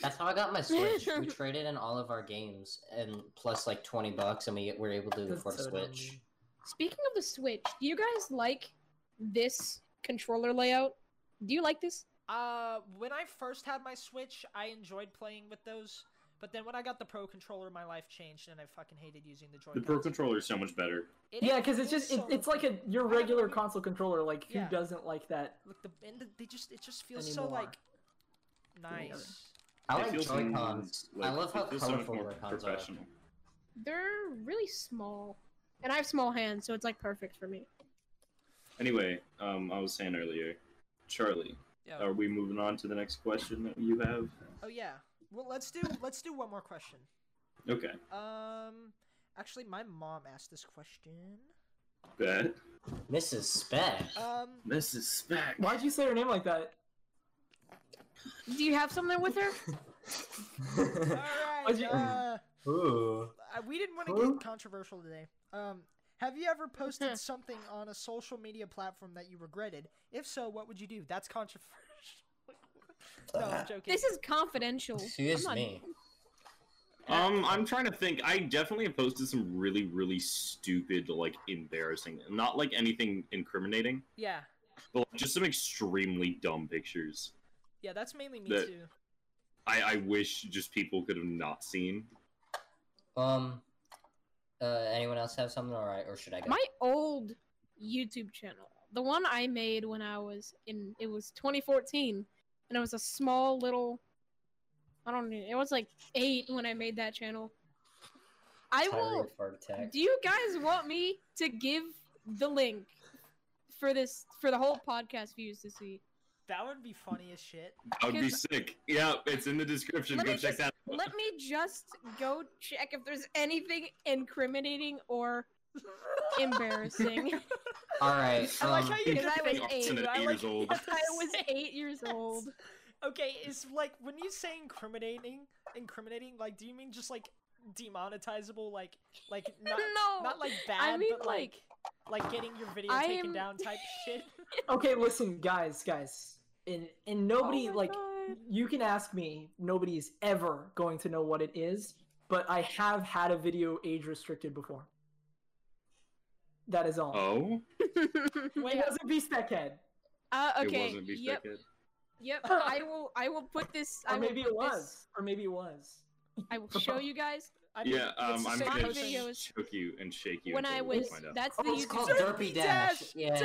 [SPEAKER 3] That's how I got my Switch. we traded in all of our games and plus like 20 bucks, and we were able to
[SPEAKER 2] That's
[SPEAKER 3] afford a
[SPEAKER 2] so dumb,
[SPEAKER 3] Switch.
[SPEAKER 2] dude.
[SPEAKER 5] Speaking of the Switch, do you guys like this controller layout? Do you like this?
[SPEAKER 1] Uh, when I first had my Switch, I enjoyed playing with those. But then when I got the Pro Controller, my life changed, and I fucking hated using the
[SPEAKER 4] The
[SPEAKER 1] Joy-Cons.
[SPEAKER 4] Pro Controller is so much better.
[SPEAKER 1] It
[SPEAKER 2] Yeah,
[SPEAKER 1] is-
[SPEAKER 2] because it's
[SPEAKER 1] it is
[SPEAKER 2] just it,
[SPEAKER 1] so
[SPEAKER 2] it's like a your
[SPEAKER 1] I have a
[SPEAKER 2] regular
[SPEAKER 1] weird-
[SPEAKER 2] console controller. Like who
[SPEAKER 1] Yeah.
[SPEAKER 2] doesn't like that?
[SPEAKER 1] like the and the- they just it just feels so
[SPEAKER 2] Anymore.
[SPEAKER 1] like nice.
[SPEAKER 3] I
[SPEAKER 4] It
[SPEAKER 3] like
[SPEAKER 4] feels so
[SPEAKER 3] Joy-Cons.
[SPEAKER 4] much- like,
[SPEAKER 3] I love how
[SPEAKER 4] it feels so much
[SPEAKER 3] colorful
[SPEAKER 4] more
[SPEAKER 3] Joy-Cons are.
[SPEAKER 4] professional.
[SPEAKER 5] They're really small, and I have small hands, so it's like perfect for me.
[SPEAKER 4] Anyway, um, I was saying earlier, Charlie,
[SPEAKER 1] Yeah.
[SPEAKER 4] are we moving on to the next question that you have?
[SPEAKER 1] Oh yeah. Well, let's do let's do one more question.
[SPEAKER 4] Okay,
[SPEAKER 1] Um, actually, my mom asked this question.
[SPEAKER 4] bet.
[SPEAKER 3] Mrs. Speck.
[SPEAKER 5] Uh,
[SPEAKER 1] Um,
[SPEAKER 4] This is spec.
[SPEAKER 2] Why'd you say her name like that?
[SPEAKER 5] Do you have something with her?
[SPEAKER 1] all right.
[SPEAKER 2] Was you-
[SPEAKER 1] Uh,
[SPEAKER 3] Ooh.
[SPEAKER 5] Oh,
[SPEAKER 1] I- we didn't want
[SPEAKER 3] Huh?
[SPEAKER 1] to get controversial today. Um, have you ever posted something on a social media platform that you regretted? If so, what would you do? That's controversial. no, I'm joking.
[SPEAKER 5] this is confidential.
[SPEAKER 3] Excuse
[SPEAKER 5] I'm not-
[SPEAKER 3] me.
[SPEAKER 4] Um, I'm trying to think. I definitely have posted some really, really stupid, like embarrassing, not like anything incriminating,
[SPEAKER 1] yeah,
[SPEAKER 4] but like, just some extremely dumb pictures.
[SPEAKER 1] yeah, that's mainly me
[SPEAKER 4] That-
[SPEAKER 1] too.
[SPEAKER 4] I, I wish just people could have not seen.
[SPEAKER 3] Um. Uh, anyone else have something? All right, or should I go?
[SPEAKER 5] My old YouTube channel, the one I made when I was in, it was 2014, and it was a small little, I don't know, it was like eight when I made that channel. I
[SPEAKER 3] Tyree
[SPEAKER 5] will.
[SPEAKER 3] Ferg Tech.
[SPEAKER 5] Do you guys want me to give the link for this for the whole podcast views to see?
[SPEAKER 1] That would be funny as shit.
[SPEAKER 4] That would be
[SPEAKER 5] Because-
[SPEAKER 4] sick. Yeah, it's in the description.
[SPEAKER 5] Let
[SPEAKER 4] Go
[SPEAKER 5] me
[SPEAKER 4] check
[SPEAKER 5] just-
[SPEAKER 4] that. out.
[SPEAKER 5] Let me just go check if there's anything incriminating or embarrassing.
[SPEAKER 3] All right.
[SPEAKER 1] I like
[SPEAKER 3] um,
[SPEAKER 1] how you
[SPEAKER 5] Because
[SPEAKER 1] did
[SPEAKER 5] I was
[SPEAKER 1] fake-
[SPEAKER 5] eight.
[SPEAKER 4] Austin at
[SPEAKER 1] I
[SPEAKER 4] eight
[SPEAKER 1] like-
[SPEAKER 4] years old.
[SPEAKER 5] I was eight years old.
[SPEAKER 1] Okay, it's like when you say incriminating, incriminating. Like, do you mean just like demonetizable? Like, like not
[SPEAKER 5] no,
[SPEAKER 1] not like bad,
[SPEAKER 5] mean,
[SPEAKER 1] but like, like getting your video
[SPEAKER 5] I
[SPEAKER 1] taken
[SPEAKER 5] am-
[SPEAKER 1] down type shit.
[SPEAKER 2] Okay, listen, guys, guys, and and nobody
[SPEAKER 5] Oh my
[SPEAKER 2] like
[SPEAKER 5] God.
[SPEAKER 2] you can ask me. Nobody is ever going to know what it is, but I have had a video age restricted before. That is all.
[SPEAKER 4] Oh,
[SPEAKER 1] Wait,
[SPEAKER 2] It wasn't Beast Tech Head,
[SPEAKER 5] uh, okay.
[SPEAKER 4] it wasn't beef
[SPEAKER 5] yep.
[SPEAKER 4] Thicket.
[SPEAKER 5] Yep. I will. I will put this. I
[SPEAKER 2] or
[SPEAKER 5] will
[SPEAKER 2] maybe
[SPEAKER 5] put
[SPEAKER 2] it was,
[SPEAKER 5] This,
[SPEAKER 2] or maybe it was.
[SPEAKER 5] I will show you guys
[SPEAKER 1] I mean,
[SPEAKER 4] Yeah,
[SPEAKER 1] it's
[SPEAKER 4] um,
[SPEAKER 1] the
[SPEAKER 4] I'm
[SPEAKER 1] same
[SPEAKER 5] My
[SPEAKER 4] gonna
[SPEAKER 1] person.
[SPEAKER 5] video- videos.
[SPEAKER 4] choke you and shake you.
[SPEAKER 5] when
[SPEAKER 4] until
[SPEAKER 5] I
[SPEAKER 4] we
[SPEAKER 5] was.
[SPEAKER 4] find out.
[SPEAKER 5] That's the
[SPEAKER 3] Oh, it's
[SPEAKER 5] YouTube.
[SPEAKER 3] called Derpy
[SPEAKER 1] Derpy
[SPEAKER 3] Dash.
[SPEAKER 1] Dash.
[SPEAKER 3] Yeah.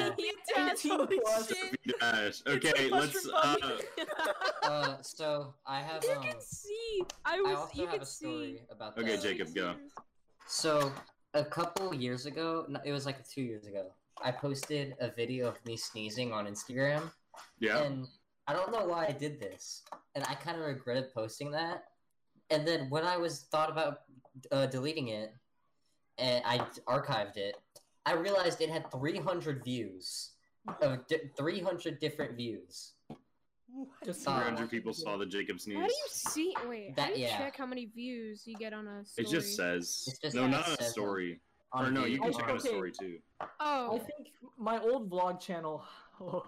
[SPEAKER 5] Dash.
[SPEAKER 1] Holy
[SPEAKER 2] plus.
[SPEAKER 1] shit.
[SPEAKER 4] Dash.
[SPEAKER 1] It's
[SPEAKER 4] Okay,
[SPEAKER 1] a
[SPEAKER 4] let's.
[SPEAKER 1] mushroom
[SPEAKER 4] Uh,
[SPEAKER 1] bug.
[SPEAKER 3] Uh, so I have.
[SPEAKER 5] You
[SPEAKER 3] Um,
[SPEAKER 5] can see. I
[SPEAKER 3] I
[SPEAKER 5] was.
[SPEAKER 3] also
[SPEAKER 5] You
[SPEAKER 3] have
[SPEAKER 5] can
[SPEAKER 3] a
[SPEAKER 5] see.
[SPEAKER 3] story about that.
[SPEAKER 4] Okay, Jacob, go.
[SPEAKER 3] So a couple years ago, no, it was like two years ago, I posted a video of me sneezing on Instagram,
[SPEAKER 4] yeah.
[SPEAKER 3] and I don't know why I did this, and I kind of regretted posting that. And then when I was thought about uh, deleting it, and I archived it, I realized it had 300 views, of di- 300 different views.
[SPEAKER 1] What?
[SPEAKER 2] Just
[SPEAKER 3] Uh,
[SPEAKER 4] 300 people saw the Jacob sneeze.
[SPEAKER 5] How do you see? Wait.
[SPEAKER 3] That-
[SPEAKER 5] how do you
[SPEAKER 3] yeah.
[SPEAKER 5] check how many views you get on a story?
[SPEAKER 4] It just says.
[SPEAKER 3] It's just
[SPEAKER 4] no,
[SPEAKER 3] that
[SPEAKER 4] not
[SPEAKER 3] it
[SPEAKER 4] on a
[SPEAKER 3] says
[SPEAKER 4] story.
[SPEAKER 3] on
[SPEAKER 4] Or no, you can
[SPEAKER 3] video.
[SPEAKER 4] check out a
[SPEAKER 2] Okay.
[SPEAKER 4] story too.
[SPEAKER 2] I
[SPEAKER 5] Oh.
[SPEAKER 2] think my old vlog channel. Oh,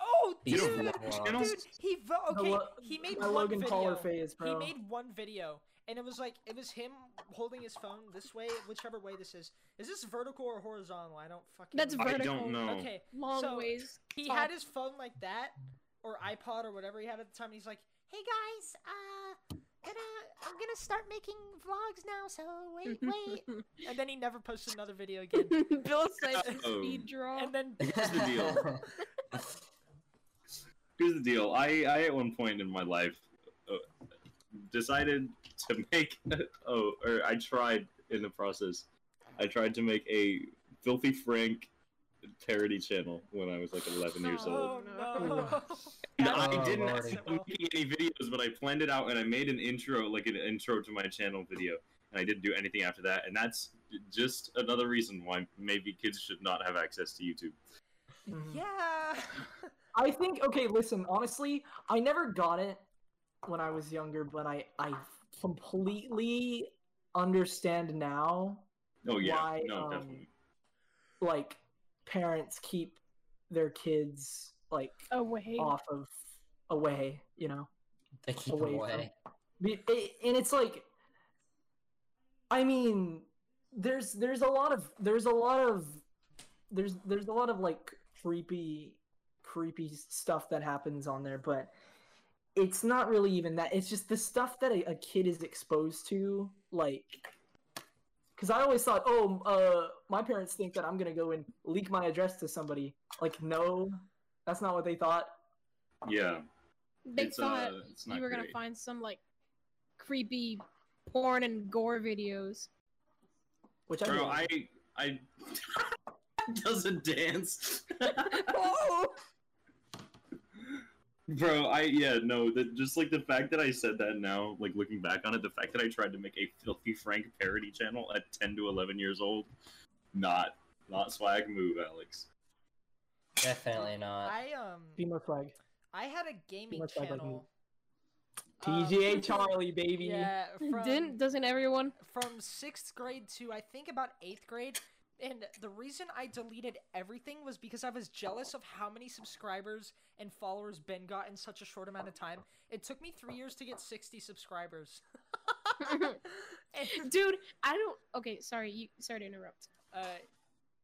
[SPEAKER 1] Oh,
[SPEAKER 3] You
[SPEAKER 1] dude,
[SPEAKER 3] don't have that
[SPEAKER 1] dude,
[SPEAKER 4] channel?
[SPEAKER 1] he vo-
[SPEAKER 2] The
[SPEAKER 1] okay.
[SPEAKER 2] Lo-
[SPEAKER 1] he made
[SPEAKER 2] my
[SPEAKER 1] one
[SPEAKER 2] Logan
[SPEAKER 1] video.
[SPEAKER 2] Paul phase,
[SPEAKER 1] He
[SPEAKER 2] bro.
[SPEAKER 1] made one video, and it was like it was him holding his phone this way, whichever way this is. Is this vertical or horizontal? I don't fucking.
[SPEAKER 5] That's
[SPEAKER 1] know.
[SPEAKER 4] I
[SPEAKER 5] Vertical.
[SPEAKER 4] don't know.
[SPEAKER 1] Okay,
[SPEAKER 5] Long
[SPEAKER 1] so-
[SPEAKER 5] ways.
[SPEAKER 1] he
[SPEAKER 5] Top.
[SPEAKER 1] had his phone like that, or iPod or whatever he had at the time. And he's like, "Hey guys, uh, gonna I'm gonna start making vlogs now, so wait, wait." and then he never posted another video again.
[SPEAKER 5] Bill said
[SPEAKER 4] Oh.
[SPEAKER 5] speed draw.
[SPEAKER 1] and then
[SPEAKER 3] Here's
[SPEAKER 4] the deal. Here's the deal. I, I at one point in my life uh, decided to make. Oh, or I tried in the process. I tried to make a filthy Frank parody channel when I was like 11 years
[SPEAKER 5] Oh.
[SPEAKER 4] old.
[SPEAKER 1] oh no,
[SPEAKER 4] And
[SPEAKER 1] That
[SPEAKER 3] Oh,
[SPEAKER 4] I didn't
[SPEAKER 3] Lordy.
[SPEAKER 4] end up making any videos, but I planned it out and I made an intro, like an intro to my channel video. And I didn't do anything after that. And that's just another reason why maybe kids should not have access to YouTube.
[SPEAKER 2] Mhm.
[SPEAKER 1] yeah.
[SPEAKER 2] I think okay, listen, honestly, I never got it when I was younger, but I I completely understand now
[SPEAKER 4] Oh, yeah.
[SPEAKER 2] Why,
[SPEAKER 4] no,
[SPEAKER 2] um,
[SPEAKER 4] definitely.
[SPEAKER 2] like parents keep their kids like
[SPEAKER 5] Oh wait.
[SPEAKER 2] off of away, you know.
[SPEAKER 3] They keep
[SPEAKER 2] Away
[SPEAKER 3] away.
[SPEAKER 2] from- Be- it- and it's like i mean there's there's a lot of there's a lot of there's there's a lot of like creepy creepy stuff that happens on there but it's not really even that it's just the stuff that a, a kid is exposed to like because i always thought oh uh, my parents think that i'm gonna go and leak my address to somebody like no that's not what they thought
[SPEAKER 4] Yeah.
[SPEAKER 5] They
[SPEAKER 4] it's,
[SPEAKER 5] thought
[SPEAKER 4] uh, it's not
[SPEAKER 5] you were
[SPEAKER 4] great.
[SPEAKER 5] gonna find some like creepy porn and gore videos.
[SPEAKER 2] which i,
[SPEAKER 4] Bro,
[SPEAKER 2] didn't.
[SPEAKER 4] I I doesn't dance.
[SPEAKER 5] oh!
[SPEAKER 4] Bro, I yeah, no, that just like the fact that I said that now, like looking back on it, the fact that I tried to make a filthy Frank parody channel at 10 to 11 years old, not not swag move, Alex.
[SPEAKER 3] Definitely not.
[SPEAKER 1] I um,
[SPEAKER 2] female flag
[SPEAKER 1] I had a gaming
[SPEAKER 2] much like, like me.
[SPEAKER 1] channel. um,
[SPEAKER 2] tga charlie baby
[SPEAKER 1] Yeah, from,
[SPEAKER 5] Didn't doesn't everyone?
[SPEAKER 1] from sixth grade to I think about eighth grade. And the reason I deleted everything was because I was jealous of how many subscribers and followers Ben got in such a short amount of time. It took me three years to get 60 subscribers. And,
[SPEAKER 5] Dude, I don't. Okay, sorry. You sorry to interrupt.
[SPEAKER 1] uh,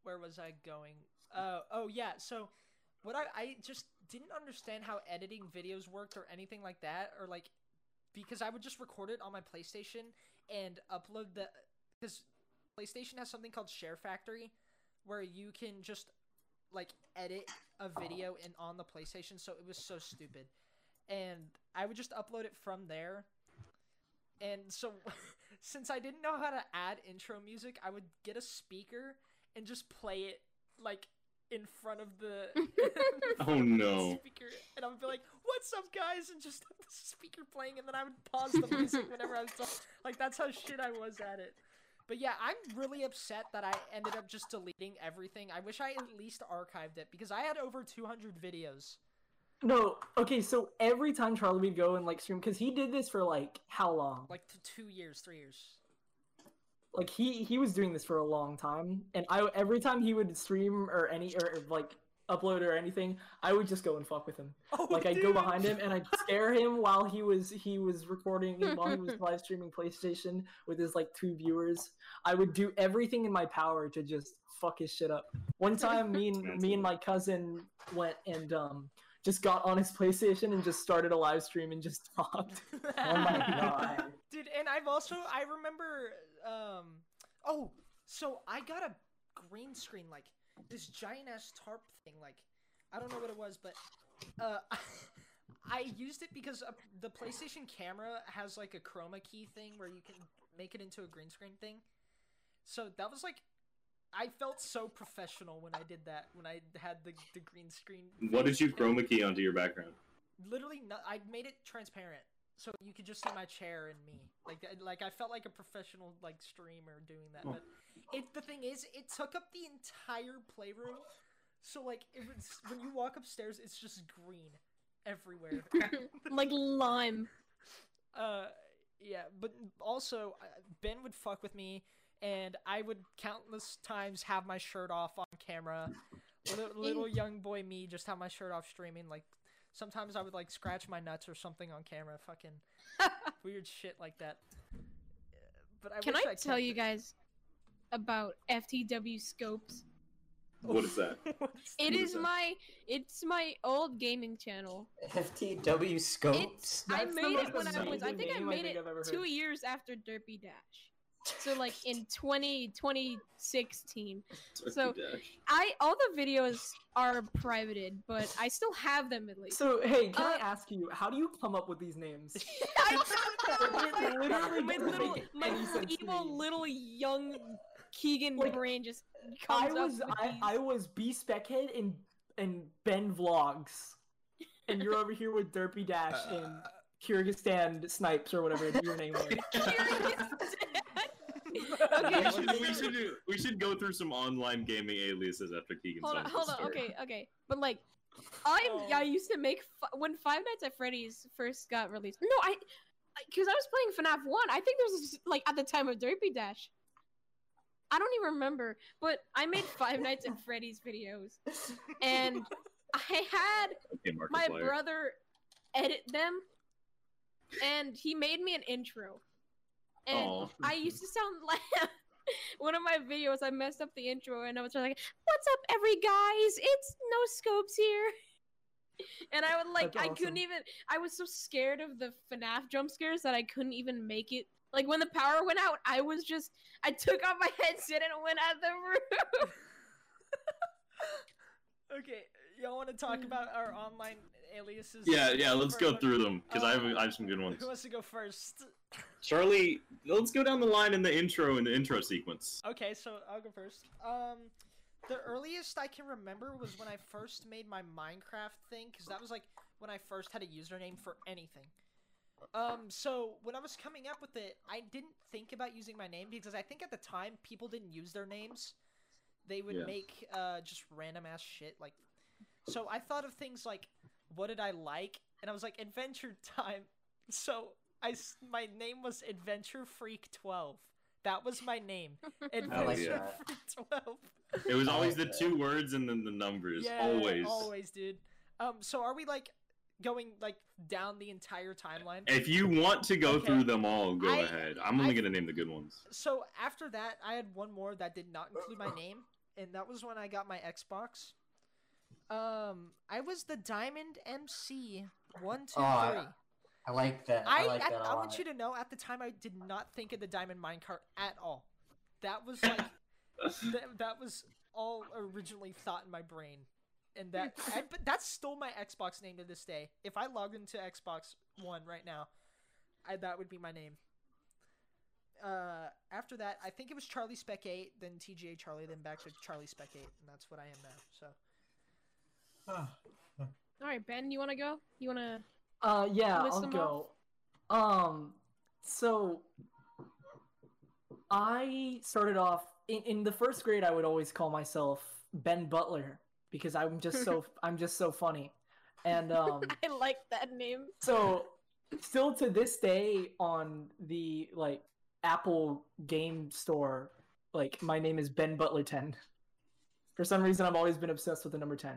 [SPEAKER 1] where was I going? Uh, oh, yeah. So, what I, I just didn't understand how editing videos worked or anything like that, or like, because I would just record it on my PlayStation and upload the. Because PlayStation has something called Share Factory, where you can just like edit a video in on the PlayStation. So it was so stupid, and I would just upload it from there. And so, since I didn't know how to add intro music, I would get a speaker and just play it like in front of the
[SPEAKER 4] Oh no.
[SPEAKER 1] speaker, and I would be like, "What's up, guys?" and just have the speaker playing, and then I would pause the music whenever I was done. Like that's how shit I was at it. But yeah, I'm really upset that I ended up just deleting everything. I wish I at least archived it because I had over 200 videos.
[SPEAKER 2] No, okay, so every time Charlie would go and like stream, because he did this for like how long?
[SPEAKER 1] Like t- two years, three years.
[SPEAKER 2] like he he was doing this for a long time, and I every time he would stream or any or, or, like upload or anything, I would just go and fuck with him.
[SPEAKER 1] Oh,
[SPEAKER 2] Like I'd go
[SPEAKER 1] dude.
[SPEAKER 2] behind him and I'd scare him while he was he was recording and while he was live streaming PlayStation with his like two viewers. I would do everything in my power to just fuck his shit up. One time, me and
[SPEAKER 4] That's
[SPEAKER 2] me and my cousin went and um just got on his PlayStation and just started a live stream and just talked. Oh my god.
[SPEAKER 1] Dude, and I've also I remember um oh, so I got a green screen like this giant ass tarp thing like I don't know what it was but uh I used it because uh, the PlayStation camera has like a chroma key thing where you can make it into a green screen thing. So that was like I felt so professional when I did that when I had the the green screen.
[SPEAKER 4] What did
[SPEAKER 1] face
[SPEAKER 4] you
[SPEAKER 1] cam-
[SPEAKER 4] chroma key onto your background?
[SPEAKER 1] literally no, I made it transparent so you could just see my chair and me. Like th- like I felt like a professional like streamer doing that.
[SPEAKER 4] Oh.
[SPEAKER 1] But it the thing is it took up the entire playroom. So like it was when you walk upstairs it's just green everywhere.
[SPEAKER 5] like lime.
[SPEAKER 1] uh yeah, but also uh, Ben would fuck with me and I would countless times have my shirt off on camera. Li- little young boy me just have my shirt off streaming. Like sometimes I would like scratch my nuts or something on camera. Fucking weird shit like that. But I
[SPEAKER 5] Can
[SPEAKER 1] wish
[SPEAKER 5] I,
[SPEAKER 1] I
[SPEAKER 5] tell
[SPEAKER 1] kept
[SPEAKER 5] you
[SPEAKER 1] it.
[SPEAKER 5] guys about FTW scopes?
[SPEAKER 4] What is that?
[SPEAKER 1] What's-
[SPEAKER 5] It
[SPEAKER 4] What is
[SPEAKER 5] is
[SPEAKER 4] that?
[SPEAKER 5] my it's my old gaming channel.
[SPEAKER 3] FTW scopes.
[SPEAKER 5] I
[SPEAKER 2] That's the
[SPEAKER 5] made
[SPEAKER 2] most
[SPEAKER 5] it when I
[SPEAKER 4] insane
[SPEAKER 5] was I think I
[SPEAKER 2] name I
[SPEAKER 5] made
[SPEAKER 2] think I've ever
[SPEAKER 5] it 2
[SPEAKER 2] heard.
[SPEAKER 5] years after Derpy Dash. So like in 20 2016. So-
[SPEAKER 4] Dash.
[SPEAKER 5] I all the videos are privated, but I still have them at least.
[SPEAKER 2] So hey, can I
[SPEAKER 5] Uh,
[SPEAKER 2] ask you, how do you come up with these names?
[SPEAKER 5] I don't know,
[SPEAKER 2] It literally
[SPEAKER 5] like, my
[SPEAKER 2] doesn't
[SPEAKER 5] little
[SPEAKER 2] make
[SPEAKER 5] my
[SPEAKER 2] any sense to me.
[SPEAKER 5] evil little young Keegan
[SPEAKER 2] Like,
[SPEAKER 5] brain just
[SPEAKER 2] I
[SPEAKER 5] comes
[SPEAKER 2] was
[SPEAKER 5] up with
[SPEAKER 2] I,
[SPEAKER 5] these.
[SPEAKER 2] I was B Speckhead and and Ben Vlogs, and you're over here with Derpy Dash and Kyrgyzstan Snipes or whatever your name was.
[SPEAKER 5] okay,
[SPEAKER 4] We should, we
[SPEAKER 5] so-
[SPEAKER 4] should do- we should go through some online gaming aliases after Keegan's
[SPEAKER 5] hold on,
[SPEAKER 4] done
[SPEAKER 5] hold
[SPEAKER 4] this
[SPEAKER 5] on.
[SPEAKER 4] story.
[SPEAKER 5] Okay, okay. But like, I
[SPEAKER 1] Oh.
[SPEAKER 5] I used to make fi- when Five Nights at Freddy's first got released. No, I because I was playing FNAF one. I think there's this- like at the time of Derpy Dash. I don't even remember, but I made Five Nights at Freddy's videos, and I had
[SPEAKER 4] Okay, Markiplier.
[SPEAKER 5] my brother edit them and he made me an intro and
[SPEAKER 4] Aw.
[SPEAKER 5] i used to sound like one of my videos i messed up the intro and i was just like what's up every guys it's no scopes here and i would like
[SPEAKER 2] That's
[SPEAKER 5] i couldn't
[SPEAKER 2] awesome.
[SPEAKER 5] even i was so scared of the fnaf jump scares that i couldn't even make it like when the power went out i was just i took off my headset and went out of the room
[SPEAKER 1] Okay, y'all want to talk
[SPEAKER 5] Mm.
[SPEAKER 1] about our online aliases?
[SPEAKER 4] Yeah, yeah. Let's
[SPEAKER 1] For-
[SPEAKER 4] go
[SPEAKER 1] for-
[SPEAKER 4] through them because I have
[SPEAKER 1] Uh,
[SPEAKER 4] I have some good ones.
[SPEAKER 1] Who wants to go first?
[SPEAKER 4] Charlie, let's go down the line in the intro in the intro sequence.
[SPEAKER 1] Okay, so I'll go first. Um, the earliest I can remember was when I first made my Minecraft thing, because that was like when I first had a username for anything. Um, so when I was coming up with it, I didn't think about using my name because I think at the time people didn't use their names. They would
[SPEAKER 4] Yeah.
[SPEAKER 1] make uh just random ass shit like. So I thought of things like, what did I like? And I was like, Adventure Time. So I s- my name was Adventure Freak Twelve. That was my name.
[SPEAKER 3] I like
[SPEAKER 1] Adventure
[SPEAKER 3] that.
[SPEAKER 1] Freak Twelve.
[SPEAKER 4] It was always the
[SPEAKER 3] Okay.
[SPEAKER 4] two words and then the numbers.
[SPEAKER 1] Yeah,
[SPEAKER 4] always.
[SPEAKER 1] always, dude. Um, so are we like going like down the entire timeline?
[SPEAKER 4] If you want to go
[SPEAKER 1] Okay.
[SPEAKER 4] through them all, go
[SPEAKER 1] I-
[SPEAKER 4] ahead. I'm only
[SPEAKER 1] I-
[SPEAKER 4] gonna name the good ones.
[SPEAKER 1] So after that, I had one more that did not include
[SPEAKER 3] Uh.
[SPEAKER 1] my name, and that was when I got my Xbox. Um, I was the Diamond MC one two three.
[SPEAKER 3] Oh, I- I like that. I,
[SPEAKER 1] I,
[SPEAKER 3] like
[SPEAKER 1] at-
[SPEAKER 3] that a
[SPEAKER 1] I
[SPEAKER 3] lot.
[SPEAKER 1] want you to know at the time I did not think of the diamond minecart at all. That was like th- that was all originally thought in my brain, and that I, but that's still my Xbox name to this day. If I log into Xbox One right now, I, that would be my name. Uh, after that, I think it was Charlie Spec Eight, then TGA Charlie, then back to Charlie Spec Eight, and that's what I am now. So
[SPEAKER 5] all right ben you want to go you want to
[SPEAKER 2] Uh, yeah,
[SPEAKER 5] List
[SPEAKER 2] I'll
[SPEAKER 5] them
[SPEAKER 2] go. Um, so I started off in, in the first grade. I would always call myself Ben Butler because I'm just so I'm just so funny, and um,
[SPEAKER 5] i like that name
[SPEAKER 2] so still to this day on the like Apple game store, like my name is Ben Butler 10. For some reason, I've always been obsessed with the number 10.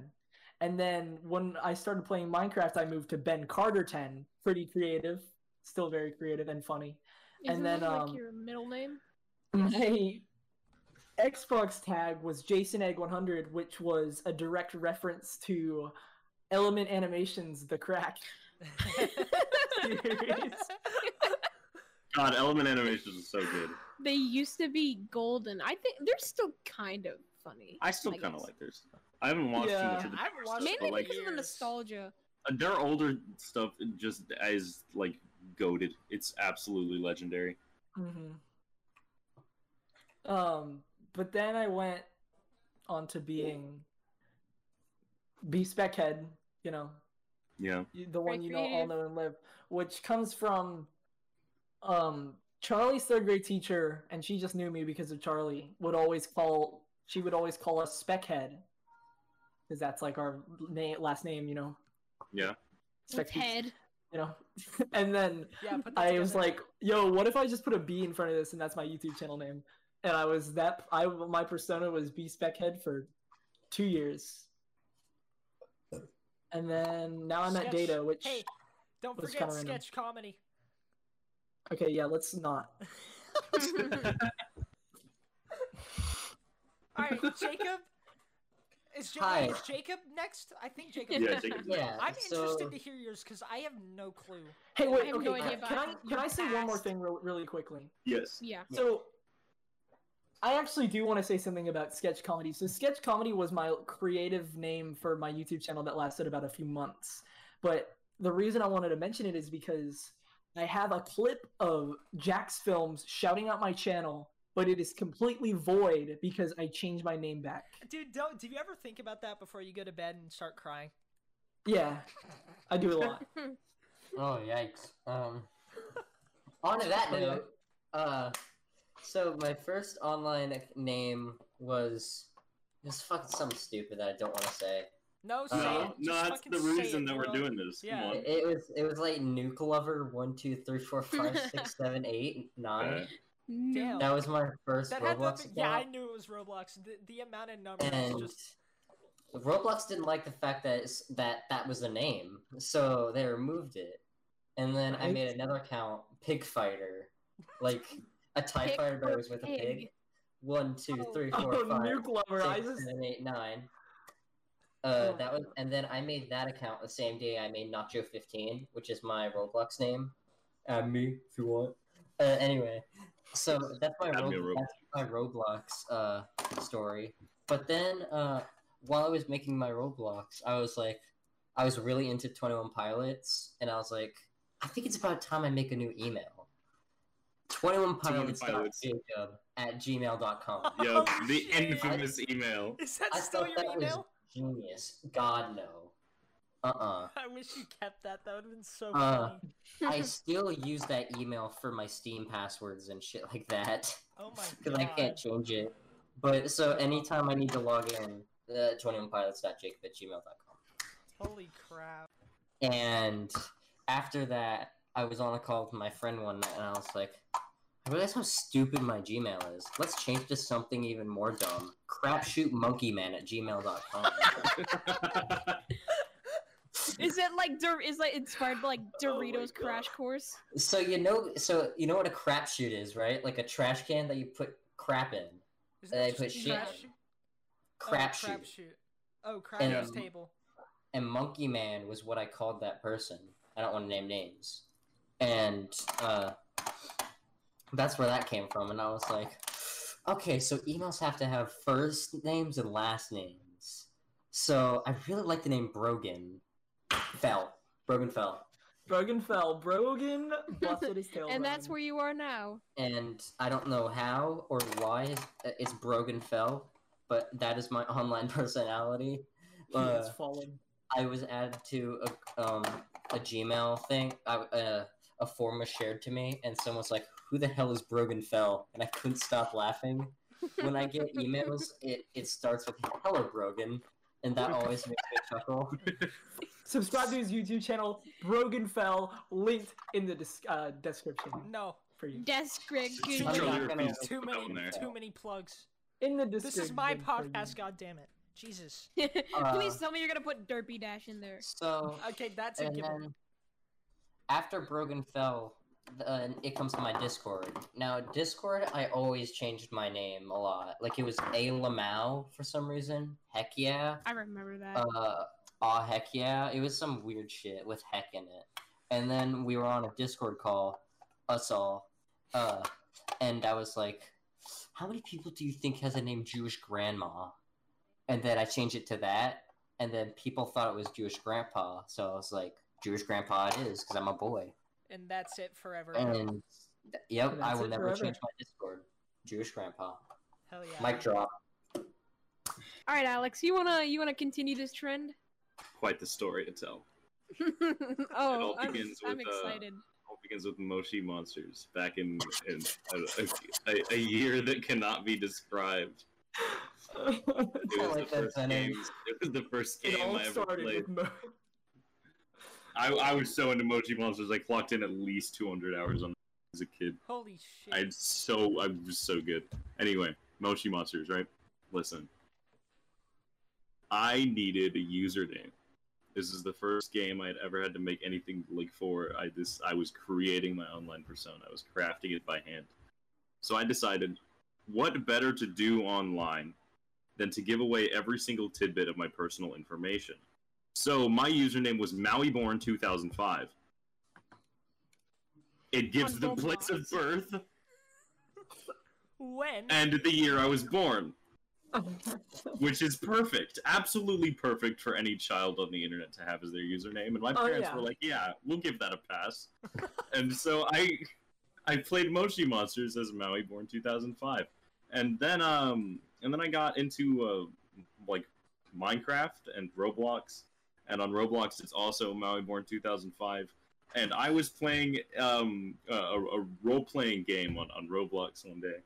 [SPEAKER 2] And then when I started playing Minecraft, I moved to Ben Carter 10. Pretty creative, still very creative and funny.
[SPEAKER 5] Isn't
[SPEAKER 2] then,
[SPEAKER 5] that
[SPEAKER 2] um,
[SPEAKER 5] like your middle name?
[SPEAKER 2] my Xbox tag was Jason Egg 100, which was a direct reference to Element Animations, The Crack.
[SPEAKER 4] God, Element Animations is so good.
[SPEAKER 5] They used to be golden. I think they're still kind of funny.
[SPEAKER 4] I still kind of
[SPEAKER 5] guess.
[SPEAKER 4] like their stuff. I haven't watched too much
[SPEAKER 2] Yeah.
[SPEAKER 4] of the
[SPEAKER 1] I haven't watched
[SPEAKER 4] stuff,
[SPEAKER 5] Mainly
[SPEAKER 4] but like uh,
[SPEAKER 5] because of the
[SPEAKER 1] years.
[SPEAKER 5] nostalgia.
[SPEAKER 4] their older stuff just is like goaded. It's absolutely legendary.
[SPEAKER 2] hmm Um, but then I went on to being B Spec Head, you know,
[SPEAKER 4] Yeah.
[SPEAKER 2] you- the one you know all
[SPEAKER 5] creative.
[SPEAKER 2] know and live, which comes from um Charlie's third grade teacher, and she just knew me because of Charlie. Would always call she would always call us Speckhead, because that's like our na- last name, you know.
[SPEAKER 4] Yeah.
[SPEAKER 5] With
[SPEAKER 2] Spec Peas,
[SPEAKER 5] head.
[SPEAKER 2] you know. and then
[SPEAKER 1] yeah, put that
[SPEAKER 2] I was
[SPEAKER 1] together.
[SPEAKER 2] like, "Yo, what if I just put a B in front of this, and that's my YouTube channel name?" And I was that I my persona was B Speckhead for two years, and then now I'm at
[SPEAKER 1] Sketch.
[SPEAKER 2] Data, which.
[SPEAKER 1] Hey, don't
[SPEAKER 2] was
[SPEAKER 1] forget
[SPEAKER 2] kinda random.
[SPEAKER 1] sketch comedy.
[SPEAKER 2] Okay, yeah, let's not.
[SPEAKER 1] All right, Jacob. Is, Ja-
[SPEAKER 3] Hi.
[SPEAKER 1] is Jacob next? I think Jacob.
[SPEAKER 4] Yeah, Jacob's next.
[SPEAKER 3] Yeah.
[SPEAKER 1] I'm
[SPEAKER 3] so,
[SPEAKER 1] interested to hear yours because I have no clue.
[SPEAKER 2] Hey,
[SPEAKER 5] I
[SPEAKER 2] wait,
[SPEAKER 5] have
[SPEAKER 2] okay.
[SPEAKER 5] no
[SPEAKER 2] can-
[SPEAKER 5] idea
[SPEAKER 2] can I
[SPEAKER 5] about
[SPEAKER 2] can I say one more
[SPEAKER 5] past.
[SPEAKER 2] thing real, really quickly?
[SPEAKER 4] Yes.
[SPEAKER 5] yeah.
[SPEAKER 2] So I actually do want to say something about sketch comedy. So sketch comedy was my creative name for my YouTube channel that lasted about a few months. But the reason I wanted to mention it is because I have a clip of Jack's films shouting out my channel, but it is completely void because I changed my name back.
[SPEAKER 1] Dude, don't. Do you ever think about that before you go to bed and start crying?
[SPEAKER 2] Yeah, I do a lot.
[SPEAKER 3] Oh yikes. Um. on to that note, uh, so my first online ac- name was was fucking something stupid that I don't want to say.
[SPEAKER 1] No, say
[SPEAKER 4] No,
[SPEAKER 1] it. Just
[SPEAKER 4] Uh, no, that's
[SPEAKER 1] fucking
[SPEAKER 4] the
[SPEAKER 1] say
[SPEAKER 4] reason
[SPEAKER 1] it,
[SPEAKER 4] that we're
[SPEAKER 1] bro.
[SPEAKER 4] doing this. Come
[SPEAKER 1] Yeah.
[SPEAKER 4] on.
[SPEAKER 3] It, it was it was like Nuke Lover one two three four five six seven eight nine.
[SPEAKER 1] Damn.
[SPEAKER 3] That was my first
[SPEAKER 1] That had
[SPEAKER 3] Roblox
[SPEAKER 1] nothing.
[SPEAKER 3] account,
[SPEAKER 1] Yeah, I knew it was Roblox. The, the amount of numbers
[SPEAKER 3] and
[SPEAKER 1] just.
[SPEAKER 3] Roblox didn't like the fact that it's, that that was the name, so they removed it. And then I
[SPEAKER 2] Right.
[SPEAKER 3] made another account, Pig Fighter, like a Tie
[SPEAKER 5] Pig
[SPEAKER 3] Fighter, but
[SPEAKER 5] or
[SPEAKER 3] it was with a pig.
[SPEAKER 5] pig?
[SPEAKER 3] One, two,
[SPEAKER 5] Oh.
[SPEAKER 3] three, four,
[SPEAKER 2] Oh,
[SPEAKER 3] five,
[SPEAKER 2] Nuke Lover, I
[SPEAKER 3] six,
[SPEAKER 2] just
[SPEAKER 3] seven, eight, nine. Uh,
[SPEAKER 2] Oh.
[SPEAKER 3] that was, and then I made that account the same day I made Nacho fifteen, which is my Roblox name. Uh, me, if you want. Uh, anyway, so that's my
[SPEAKER 4] Add me a
[SPEAKER 3] Roblox,
[SPEAKER 4] Roblox.
[SPEAKER 3] that's my Roblox uh story. But then uh, while I was making my Roblox, I was like, I was really into Twenty One Pilots, and I was like, I think it's about time I make a new email. 21pilots.jacob at gmail.com.
[SPEAKER 4] Yo,
[SPEAKER 1] Oh,
[SPEAKER 4] the
[SPEAKER 1] shit.
[SPEAKER 4] infamous email.
[SPEAKER 1] Is that
[SPEAKER 3] I
[SPEAKER 1] still
[SPEAKER 3] thought
[SPEAKER 1] your
[SPEAKER 3] that was-
[SPEAKER 1] email?
[SPEAKER 3] Genius. God, no. Uh uh
[SPEAKER 1] I wish you kept that. That would have been so
[SPEAKER 3] Uh,
[SPEAKER 1] funny.
[SPEAKER 3] I still use that email for my Steam passwords and shit like that.
[SPEAKER 1] Oh my
[SPEAKER 3] Because
[SPEAKER 1] god.
[SPEAKER 3] I can't change it. But so anytime I need to log in, uh, 21pilots.jacob at gmail.com.
[SPEAKER 1] Holy crap.
[SPEAKER 3] And after that, I was on a call with my friend one night, and I was like, I realize how stupid my Gmail is. Let's change to something even more dumb. Crapshootmonkeyman at gmail.com.
[SPEAKER 5] Is it like Dor- is like inspired by like
[SPEAKER 4] Oh
[SPEAKER 5] Doritos Crash Course?
[SPEAKER 3] so you know, so you know what a crapshoot is, right? Like a trash can that you put crap in.
[SPEAKER 1] Isn't
[SPEAKER 3] They
[SPEAKER 1] that
[SPEAKER 3] put
[SPEAKER 1] just
[SPEAKER 3] shit
[SPEAKER 1] crap
[SPEAKER 3] in.
[SPEAKER 1] shoot? Oh,
[SPEAKER 3] Crapshoot.
[SPEAKER 1] crap shoot. Oh, crap
[SPEAKER 3] And,
[SPEAKER 1] shoot's
[SPEAKER 3] um,
[SPEAKER 1] table.
[SPEAKER 3] and Monkey Man was what I called that person. I don't want to name names. And uh, that's where that came from. And I was like, okay, so emails have to have first names and last names. So I really like the name Brogan. Fell. Brogan Fell.
[SPEAKER 2] Brogan fell. Brogan busted his tail.
[SPEAKER 5] And that's
[SPEAKER 2] around.
[SPEAKER 5] where you are now.
[SPEAKER 3] And I don't know how or why it's Brogan Fell, but that is my online personality.
[SPEAKER 2] he has
[SPEAKER 3] uh,
[SPEAKER 2] fallen.
[SPEAKER 3] I was added to a um a Gmail thing. I, uh, a form was shared to me, and someone was like, "Who the hell is Brogan Fell?" And I couldn't stop laughing. When I get emails, it it starts with "Hello Brogan," and that always makes me chuckle.
[SPEAKER 2] Subscribe to his YouTube channel, Brogan Fell, linked in the dis- uh, description.
[SPEAKER 1] No.
[SPEAKER 2] for you.
[SPEAKER 5] Desk Greg
[SPEAKER 4] It's
[SPEAKER 3] I'm
[SPEAKER 4] Charlie
[SPEAKER 3] not
[SPEAKER 5] Goody.
[SPEAKER 3] gonna-
[SPEAKER 4] Repeat's
[SPEAKER 1] Too
[SPEAKER 4] put that one
[SPEAKER 1] many,
[SPEAKER 4] there.
[SPEAKER 1] too many plugs.
[SPEAKER 2] In the
[SPEAKER 1] This is
[SPEAKER 2] description
[SPEAKER 1] my
[SPEAKER 2] for you.
[SPEAKER 1] podcast. God damn it, Jesus.
[SPEAKER 5] Please
[SPEAKER 3] Uh,
[SPEAKER 5] tell me you're gonna put Derpy Dash in there.
[SPEAKER 3] So
[SPEAKER 1] Okay, that's a
[SPEAKER 3] and
[SPEAKER 1] given.
[SPEAKER 3] then after Brogan fell, the, uh, it comes to my Discord. Now Discord, I always changed my name a lot. Like it was A Lamau for some reason. Heck yeah.
[SPEAKER 5] I remember that.
[SPEAKER 3] uh, aw heck yeah. It was some weird shit with heck in it. And then we were on a Discord call, us all, uh, and I was like, how many people do you think has the name Jewish Grandma? And then I changed it to that, and then people thought it was Jewish Grandpa, so I was like, Jewish Grandpa it is, because I'm a boy.
[SPEAKER 1] and that's it forever.
[SPEAKER 3] And th- yep,
[SPEAKER 2] And
[SPEAKER 3] I
[SPEAKER 2] that's
[SPEAKER 3] will
[SPEAKER 2] it
[SPEAKER 3] never
[SPEAKER 2] forever.
[SPEAKER 3] change my Discord. Jewish Grandpa.
[SPEAKER 1] Hell yeah.
[SPEAKER 3] Mic drop.
[SPEAKER 5] All right, Alex, you wanna you wanna continue this trend?
[SPEAKER 4] Quite the story to tell.
[SPEAKER 5] oh,
[SPEAKER 4] all
[SPEAKER 5] I'm,
[SPEAKER 4] begins
[SPEAKER 5] I'm
[SPEAKER 4] with, uh,
[SPEAKER 5] excited.
[SPEAKER 4] all begins with Moshi monsters back in, in a, a, a year that cannot be described. It
[SPEAKER 3] I
[SPEAKER 4] was
[SPEAKER 3] like
[SPEAKER 4] the
[SPEAKER 3] that
[SPEAKER 4] first
[SPEAKER 3] sentence.
[SPEAKER 4] game. It was the first
[SPEAKER 2] It
[SPEAKER 4] game
[SPEAKER 2] all
[SPEAKER 4] I ever
[SPEAKER 2] started
[SPEAKER 4] played.
[SPEAKER 2] with Mo.
[SPEAKER 4] I, I was so into Mochi monsters. I clocked in at least 200 hours on as a kid.
[SPEAKER 1] Holy shit.
[SPEAKER 4] I'm so I'm just so good. Anyway, Mochi Monsters, right? Listen. I needed a username. This is the first game I'd ever had to make anything like for. I this I was creating my online persona. I was crafting it by hand. So I decided what better to do online than to give away every single tidbit of my personal information. So my username was MauiBorn2005. It gives
[SPEAKER 5] On
[SPEAKER 4] the
[SPEAKER 5] both
[SPEAKER 4] place of
[SPEAKER 5] sides.
[SPEAKER 4] birth
[SPEAKER 1] when?
[SPEAKER 4] and the year I was born, which is perfect, absolutely perfect for any child on the internet to have as their username. And my
[SPEAKER 2] Oh,
[SPEAKER 4] parents
[SPEAKER 2] yeah.
[SPEAKER 4] were like, "Yeah, we'll give that a pass." and so I, I played Moshi Monsters as Maui Born 2005, and then um, and then I got into uh, like Minecraft and Roblox, and on Roblox it's also Maui Born 2005. And I was playing um, a, a role playing game on, on Roblox one day,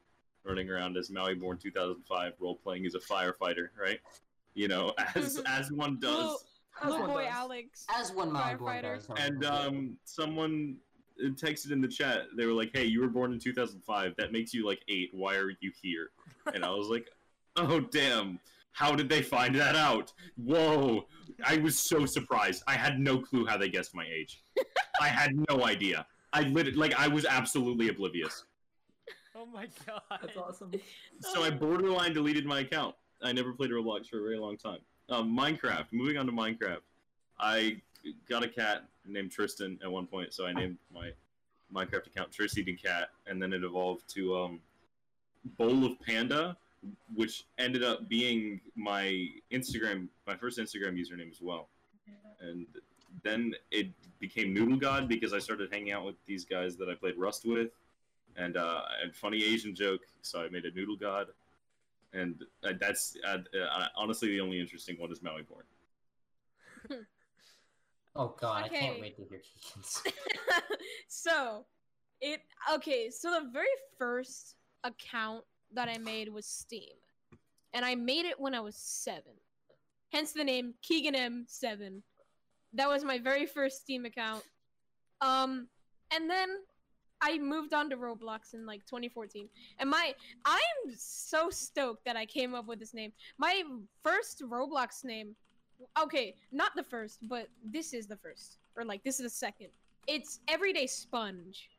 [SPEAKER 4] running around as Maui Born 2005, role playing as a firefighter, right? You know, as
[SPEAKER 5] Mhm.
[SPEAKER 4] as one does.
[SPEAKER 5] Well,
[SPEAKER 2] That's
[SPEAKER 5] Oh
[SPEAKER 2] one
[SPEAKER 5] boy,
[SPEAKER 2] does.
[SPEAKER 5] Alex.
[SPEAKER 3] As one Maui born does.
[SPEAKER 5] Firefighter.
[SPEAKER 4] And um, someone uh, texted in the chat. They were like, "Hey, you were born in 2005. That makes you like eight. Why are you here?" And I was like, "Oh damn! How did they find that out? Whoa! I was so surprised. I had no clue how they guessed my age. I had no idea. I lit like I was absolutely oblivious.
[SPEAKER 1] oh my god.
[SPEAKER 2] That's awesome.
[SPEAKER 4] So I borderline deleted my account. I never played Roblox for a very long time. Um, Minecraft. Moving on to Minecraft, I got a cat named Tristan at one point, so I named my Minecraft account Tris Eating Cat, and then it evolved to um, Bowl of Panda, which ended up being my Instagram, my first Instagram username as well. And then it became Noodle God because I started hanging out with these guys that I played Rust with, and uh, and funny Asian joke, so I made a Noodle God, and uh, that's uh, uh, honestly the only interesting one is Maui Born.
[SPEAKER 3] Oh god, I can't
[SPEAKER 5] Okay.
[SPEAKER 3] wait to hear Keegan's.
[SPEAKER 5] so it okay so the very first account that i made was steam and i made it when i was seven hence the name keegan m7 that was my very first steam account um and then i moved on to roblox in like 2014 and my i'm so stoked that i came up with this name my first roblox name okay not the first but this is the first or like this is the second it's everyday sponge.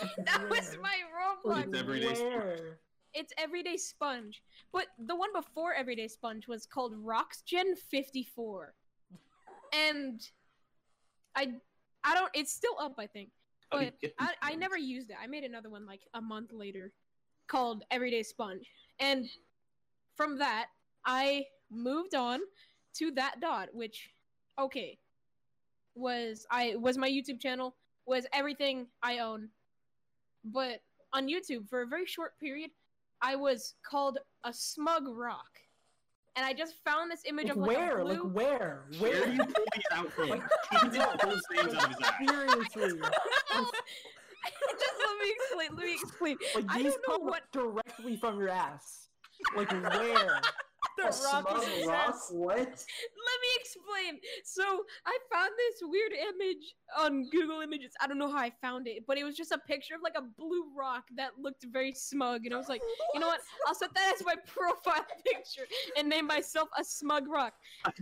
[SPEAKER 5] That was my Roblox.
[SPEAKER 4] It's every day.
[SPEAKER 2] Where?
[SPEAKER 5] It's everyday sponge. But the one before everyday sponge was called Roxgen 54. And I I don't it's still up I think.
[SPEAKER 4] How do Oh, you
[SPEAKER 5] But
[SPEAKER 4] get these
[SPEAKER 5] I, I
[SPEAKER 4] names?
[SPEAKER 5] never used it. I made another one like a month later called Everyday Sponge. And from that, I moved on to that dot, which okay was I was my YouTube channel was everything I own. But on YouTube for a very short period, I was called a smug rock. And I just found this image
[SPEAKER 2] Like
[SPEAKER 5] of like
[SPEAKER 2] where?
[SPEAKER 5] a blue
[SPEAKER 2] Like where?
[SPEAKER 4] Where do
[SPEAKER 2] Where?
[SPEAKER 4] you pull these out from? He did pull those names out of his ass.
[SPEAKER 2] Seriously.
[SPEAKER 5] just let me explain. Let me explain.
[SPEAKER 2] Like
[SPEAKER 5] I
[SPEAKER 2] these
[SPEAKER 5] don't know
[SPEAKER 2] come
[SPEAKER 5] what.
[SPEAKER 2] directly from your ass. Like where?
[SPEAKER 1] The rock was his ass.
[SPEAKER 3] What?
[SPEAKER 5] Let me explain. So I found this weird image on Google Images. I don't know how I found it, but it was just a picture of like a blue rock that looked very smug, and I was like, you know what? I'll set that as my profile picture and name myself a smug rock.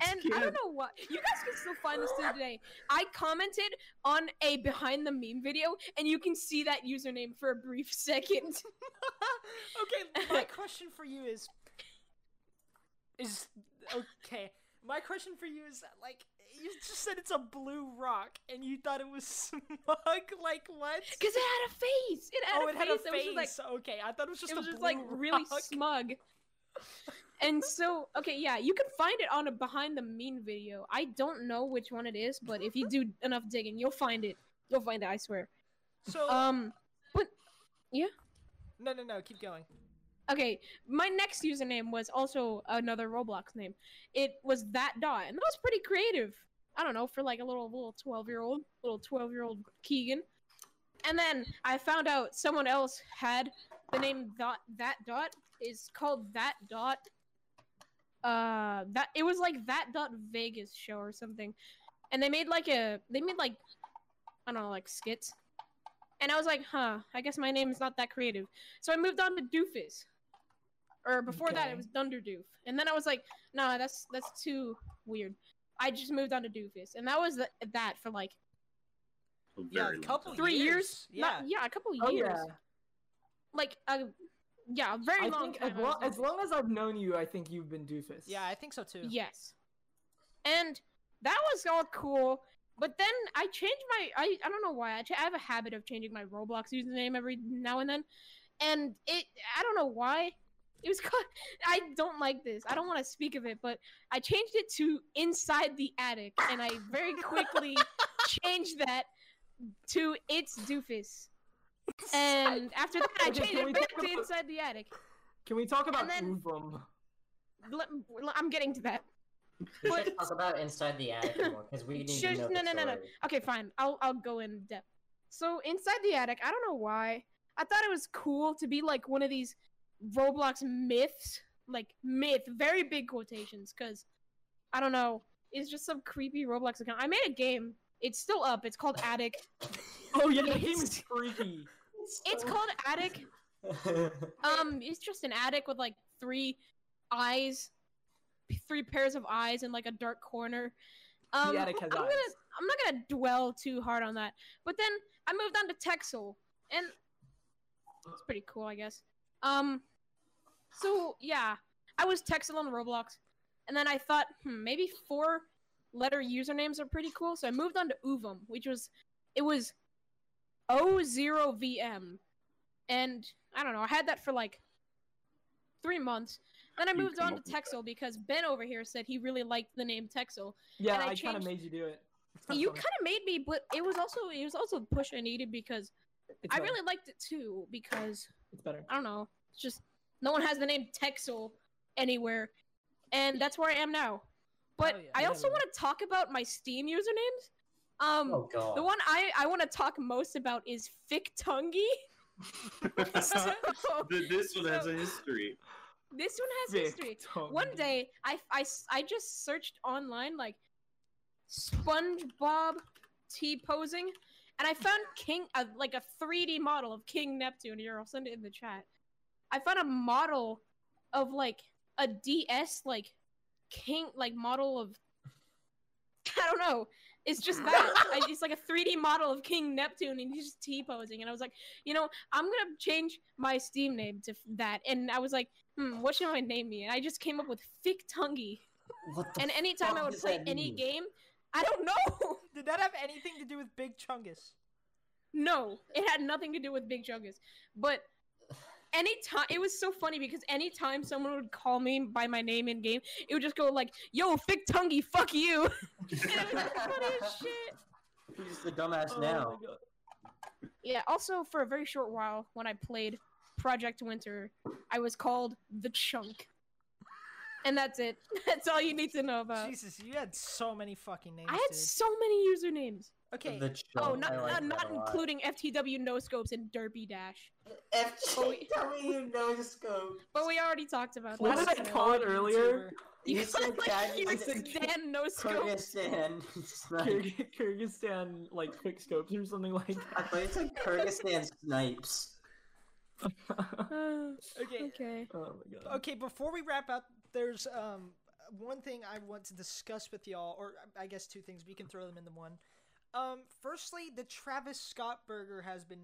[SPEAKER 5] And I don't know what you guys can still find this through today. I commented on a behind the meme video, and you can see that username for a brief second.
[SPEAKER 1] okay, my question for you is is okay. My question for you is like you just said it's a blue rock and you thought it was smug. Like what?
[SPEAKER 5] Because it had a face. It had
[SPEAKER 1] oh,
[SPEAKER 5] a
[SPEAKER 1] it
[SPEAKER 5] face.
[SPEAKER 1] had a
[SPEAKER 5] that was
[SPEAKER 1] face.
[SPEAKER 5] just, like,
[SPEAKER 1] okay, I thought it was just
[SPEAKER 5] it was
[SPEAKER 1] a
[SPEAKER 5] just
[SPEAKER 1] blue
[SPEAKER 5] like really
[SPEAKER 1] rock.
[SPEAKER 5] smug. and so, okay, yeah, you can find it on a behind the mean video. I don't know which one it is, but if you do enough digging, you'll find it. You'll find it, I swear.
[SPEAKER 1] So
[SPEAKER 5] Um,
[SPEAKER 1] no, no, no. Keep going.
[SPEAKER 5] okay, my next username was also another Roblox name. It was that dot, and that was pretty creative. I don't know for like a little little twelve year old, little twelve year old Keegan. And then I found out someone else had the name dot that dot is called that dot. Uh, that it was like that dot Vegas show or something, and they made like a they made like I don't know like skits, and I was like, huh, I guess my name is not that creative. So I moved on to Doofus. Or before that,
[SPEAKER 1] Okay.
[SPEAKER 5] it was Dunderdoof. And then I was like, nah, that's that's too weird. I just moved on to Doofus, and that was the, that for like
[SPEAKER 4] A
[SPEAKER 1] Yeah, a
[SPEAKER 4] very long
[SPEAKER 1] couple
[SPEAKER 4] time.
[SPEAKER 5] three years.
[SPEAKER 1] years.
[SPEAKER 5] Not- yeah, a couple
[SPEAKER 2] Oh
[SPEAKER 5] years.
[SPEAKER 2] yeah.
[SPEAKER 5] Like a yeah, a very
[SPEAKER 2] I
[SPEAKER 5] long
[SPEAKER 2] think
[SPEAKER 5] time.
[SPEAKER 2] as,
[SPEAKER 5] I
[SPEAKER 2] lo-
[SPEAKER 5] was on
[SPEAKER 2] as long as I've known you, I think you've been doofus.
[SPEAKER 1] Yeah, I think so too.
[SPEAKER 5] Yes. And that was all cool. But then I changed my I, I don't know why I, ch- I have a habit of changing my Roblox username every now and then, and it I don't know why it was called, I don't like this I don't want to speak of it but I changed it to inside the attic and I very quickly changed that to it's doofus and after that I
[SPEAKER 2] Okay,
[SPEAKER 5] changed
[SPEAKER 2] can we
[SPEAKER 5] it back
[SPEAKER 2] talk
[SPEAKER 5] to
[SPEAKER 2] about-
[SPEAKER 5] inside the attic.
[SPEAKER 2] Can we talk about
[SPEAKER 5] And then-
[SPEAKER 2] Uvum?
[SPEAKER 5] Let, I'm getting to that.
[SPEAKER 3] We
[SPEAKER 5] But
[SPEAKER 3] should talk about inside the attic more because we need
[SPEAKER 5] Shush,
[SPEAKER 3] to know
[SPEAKER 5] no,
[SPEAKER 3] the
[SPEAKER 5] no, no, no.
[SPEAKER 3] story.
[SPEAKER 5] Okay, fine. I'll I'll go in depth. So inside the attic, I don't know why. I thought it was cool to be like one of these Roblox myths, like myth, very big quotations, because I don't know. It's just some creepy Roblox account. I made a game. It's still up. It's called Attic.
[SPEAKER 2] Oh yeah, that game is freaky.
[SPEAKER 5] It's called Attic. Um, it's just an attic with like three eyes, three pairs of eyes, and like a dark corner. Um,
[SPEAKER 2] attic has
[SPEAKER 5] I'm
[SPEAKER 2] eyes.
[SPEAKER 5] Gonna, I'm not gonna dwell too hard on that. But then I moved on to Texel, and it's pretty cool, I guess. Um, so yeah, I was Texel on Roblox, and then I thought, hmm, maybe four letter usernames are pretty cool, so I moved on to Uvum, which was it was O0VM, and I don't know, I had that for like three months. Then I
[SPEAKER 4] You
[SPEAKER 5] moved
[SPEAKER 4] come
[SPEAKER 5] on
[SPEAKER 4] up
[SPEAKER 5] to
[SPEAKER 4] with that.
[SPEAKER 5] Texel because Ben over here said he really liked the name Texel.
[SPEAKER 2] Yeah,
[SPEAKER 5] And I
[SPEAKER 2] I, kind
[SPEAKER 5] changed-
[SPEAKER 2] of made you do it.
[SPEAKER 5] You kind of made me, but it was also it was also push I needed because
[SPEAKER 2] It's
[SPEAKER 5] I
[SPEAKER 2] better.
[SPEAKER 5] really liked it too because
[SPEAKER 2] It's better.
[SPEAKER 5] I don't know. It's just no one has the name Texel anywhere, and that's where I am now. But
[SPEAKER 1] Oh, yeah.
[SPEAKER 5] I also
[SPEAKER 2] Yeah.
[SPEAKER 5] want to talk about my Steam usernames. Um,
[SPEAKER 3] oh god.
[SPEAKER 5] the one I I want to talk most about is Fictungy. so,
[SPEAKER 4] Th- this one has
[SPEAKER 5] So-
[SPEAKER 4] a history.
[SPEAKER 5] this one has
[SPEAKER 2] Vic
[SPEAKER 5] history.
[SPEAKER 2] Tongue.
[SPEAKER 5] One day, I, I s- I just searched online like SpongeBob T posing, and I found King uh, like a 3D model of King Neptune. Here, I'll send it in the chat. I found a model of like a DS like King like model of I don't know. It's just that I, it's like a 3D model of King Neptune, and he's just T posing. And I was like, you know, I'm gonna change my Steam name to f- that. And I was like, hmm, what should I name me? And I just came up with Fick Tungy.
[SPEAKER 3] What the
[SPEAKER 5] And anytime I
[SPEAKER 3] fuck
[SPEAKER 5] would
[SPEAKER 3] does
[SPEAKER 5] play
[SPEAKER 3] that
[SPEAKER 5] any
[SPEAKER 3] mean?
[SPEAKER 5] game, I don't know.
[SPEAKER 1] Did that have anything to do with Big Chungus?
[SPEAKER 5] No, it had nothing to do with Big Jungus. But anytime it was so funny because anytime someone would call me by my name in game, it would just go like, "Yo, Fick Tungy, fuck you." and it was funny as shit.
[SPEAKER 3] Who's the dumbass
[SPEAKER 2] Oh my
[SPEAKER 3] now?
[SPEAKER 2] God.
[SPEAKER 5] Yeah, also for a very short while when I played Project Winter, I was called the Chunk. and that's it. That's all you need to know about.
[SPEAKER 1] Jesus, you had so many fucking names.
[SPEAKER 5] Uh, I had
[SPEAKER 1] dude.
[SPEAKER 5] so many usernames.
[SPEAKER 1] okay,
[SPEAKER 3] The
[SPEAKER 5] Oh,
[SPEAKER 3] chunk,
[SPEAKER 5] not
[SPEAKER 3] I like
[SPEAKER 5] uh,
[SPEAKER 3] that
[SPEAKER 5] not
[SPEAKER 3] a lot.
[SPEAKER 5] including FTW no scopes and Derpy Dash. Oh,
[SPEAKER 3] FJW no scope.
[SPEAKER 5] But we already talked about
[SPEAKER 2] What
[SPEAKER 5] that.
[SPEAKER 2] did I call it earlier?
[SPEAKER 5] You
[SPEAKER 3] You
[SPEAKER 5] said
[SPEAKER 3] said that- you said
[SPEAKER 5] Dan no scope.
[SPEAKER 3] Kyrgyzstan.
[SPEAKER 2] Kyrgy-
[SPEAKER 3] Snipe.
[SPEAKER 2] Kyrgyzstan like quick scopes or something like
[SPEAKER 3] I thought you said Kyrgyzstan snipes.
[SPEAKER 2] that.
[SPEAKER 5] Uh,
[SPEAKER 1] Okay,
[SPEAKER 5] okay.
[SPEAKER 2] oh my god.
[SPEAKER 1] okay. Before we wrap up, there's um one thing I want to discuss with y'all, or I guess two things. We can throw them into one. Um, firstly, the Travis Scott burger has been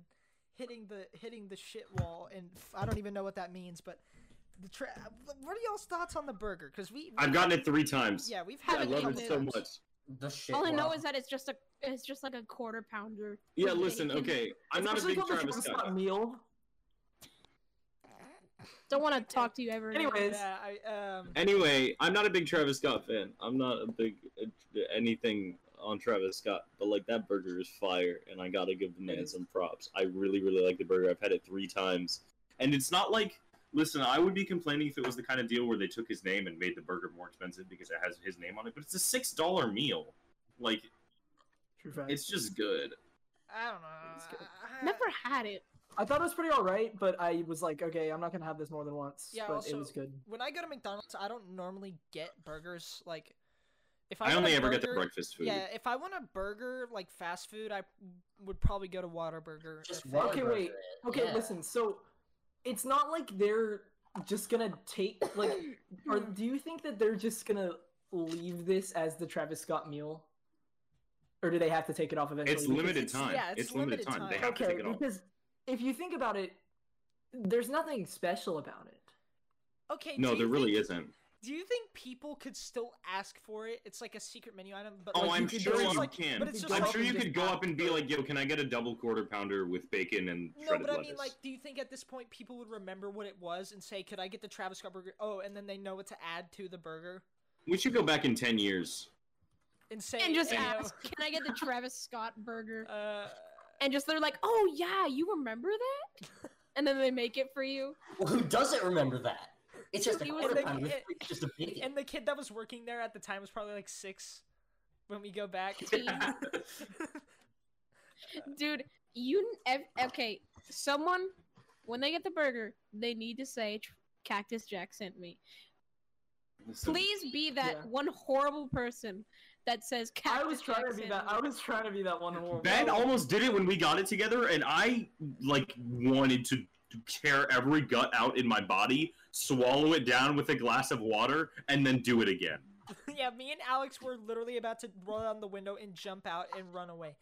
[SPEAKER 1] hitting the hitting the shit wall, and f- I don't even know what that means. But the tra- what are y'all's thoughts on the burger? Because we, we
[SPEAKER 4] I've gotten it three times.
[SPEAKER 1] Yeah, we've had
[SPEAKER 4] I
[SPEAKER 5] Haven't
[SPEAKER 4] love
[SPEAKER 5] eaten
[SPEAKER 4] it
[SPEAKER 5] it.
[SPEAKER 4] so much.
[SPEAKER 3] The shit.
[SPEAKER 5] All I know
[SPEAKER 3] wow.
[SPEAKER 5] is that it's just a it's just like a quarter pounder.
[SPEAKER 4] Yeah,
[SPEAKER 5] with
[SPEAKER 4] listen,
[SPEAKER 5] bacon.
[SPEAKER 4] okay. I'm not a
[SPEAKER 2] Especially
[SPEAKER 4] big
[SPEAKER 2] called the
[SPEAKER 4] Travis
[SPEAKER 2] Travis
[SPEAKER 4] Scott. guy.
[SPEAKER 2] meal.
[SPEAKER 5] Don't want to talk to you ever. again.
[SPEAKER 2] Anyways,
[SPEAKER 1] Yeah, I um.
[SPEAKER 4] Anyway, I'm not a big Travis Scott fan. I'm not a big uh, anything on Travis Scott, but like that burger is fire, and I gotta give the man some props. I really, really like the burger. I've had it three times, and it's not like. Listen, I would be complaining if it was the kind of deal where they took his name and made the burger more expensive because it has his name on it. But it's a six dollar meal, like
[SPEAKER 2] True fact.
[SPEAKER 4] it's just good.
[SPEAKER 1] I don't
[SPEAKER 2] It's
[SPEAKER 1] know.
[SPEAKER 2] good.
[SPEAKER 1] I- I-
[SPEAKER 5] Never had it.
[SPEAKER 2] I thought it was pretty alright, but I was like, okay, I'm not gonna have this more than once.
[SPEAKER 1] Yeah,
[SPEAKER 2] but
[SPEAKER 1] also-
[SPEAKER 2] it was good.
[SPEAKER 1] When I go to McDonald's, I don't normally get burgers. Like, if I,
[SPEAKER 4] I
[SPEAKER 1] want a
[SPEAKER 4] only ever get the
[SPEAKER 1] burger-
[SPEAKER 4] breakfast food.
[SPEAKER 1] Yeah, if I want a burger, like fast food, I would probably go to Whataburger.
[SPEAKER 3] Just
[SPEAKER 1] if-
[SPEAKER 3] water
[SPEAKER 2] Okay,
[SPEAKER 3] burger
[SPEAKER 2] wait.
[SPEAKER 3] it.
[SPEAKER 2] Okay,
[SPEAKER 3] Yeah.
[SPEAKER 2] listen. So it's not like they're just gonna take like. or do you think that they're just gonna leave this as the Travis Scott meal, or do they have to take it off eventually?
[SPEAKER 4] It's
[SPEAKER 2] Because-
[SPEAKER 4] limited
[SPEAKER 1] it's-
[SPEAKER 4] time.
[SPEAKER 1] yeah, it's
[SPEAKER 4] it's, limited,
[SPEAKER 1] limited
[SPEAKER 4] time. They
[SPEAKER 1] time.
[SPEAKER 4] have to
[SPEAKER 2] Okay,
[SPEAKER 4] take it off.
[SPEAKER 2] because if you think about it, there's nothing special about it.
[SPEAKER 1] Okay.
[SPEAKER 4] No,
[SPEAKER 1] do you
[SPEAKER 4] there really
[SPEAKER 1] think-
[SPEAKER 4] isn't.
[SPEAKER 1] Do you think people could still ask for it? It's like a secret menu item, but
[SPEAKER 4] Oh,
[SPEAKER 1] like,
[SPEAKER 4] I'm
[SPEAKER 1] you could
[SPEAKER 4] sure
[SPEAKER 1] just,
[SPEAKER 4] you
[SPEAKER 1] like,
[SPEAKER 4] can.
[SPEAKER 1] But it's just
[SPEAKER 2] I'm
[SPEAKER 4] I'm
[SPEAKER 1] like-
[SPEAKER 4] sure you
[SPEAKER 2] Something
[SPEAKER 4] could
[SPEAKER 2] just
[SPEAKER 4] go up
[SPEAKER 2] happened.
[SPEAKER 4] and be like, "Yo, can I get a double quarter pounder with bacon and
[SPEAKER 1] No,
[SPEAKER 4] shredded
[SPEAKER 1] but I
[SPEAKER 4] lettuce?"
[SPEAKER 1] mean, like, do you think at this point people would remember what it was and say, "Could I get the Travis Scott burger?" Oh, and then they know what to add to the burger
[SPEAKER 4] we should go back in ten years.
[SPEAKER 1] and say,
[SPEAKER 5] And just
[SPEAKER 1] you know,
[SPEAKER 5] ask, can I get the Travis Scott burger?
[SPEAKER 1] Uh,
[SPEAKER 5] And just they're like, oh yeah, you remember that? And then they make it for you.
[SPEAKER 3] Well, who doesn't remember that? It's just a
[SPEAKER 5] He was
[SPEAKER 3] quarter
[SPEAKER 1] like-
[SPEAKER 3] pounder. with-
[SPEAKER 1] it-
[SPEAKER 3] It's just a big.
[SPEAKER 1] and the kid that was working there at the time was probably like six when we go back.
[SPEAKER 5] Dude, you ev- okay? Someone when they get the burger, they need to say "Tr- Cactus Jack sent me.
[SPEAKER 4] Listen,
[SPEAKER 5] Please be that
[SPEAKER 2] Yeah.
[SPEAKER 5] one horrible person that says Cactus
[SPEAKER 2] I was trying
[SPEAKER 5] Jack
[SPEAKER 2] to be
[SPEAKER 5] sent
[SPEAKER 2] that.
[SPEAKER 5] me."
[SPEAKER 2] I was trying to be that one horrible.
[SPEAKER 4] Ben almost did it when we got it together, and I like wanted to tear every gut out in my body, swallow it down with a glass of water, and then do it again.
[SPEAKER 1] yeah, me and Alex were literally about to roll down the window and jump out and run away.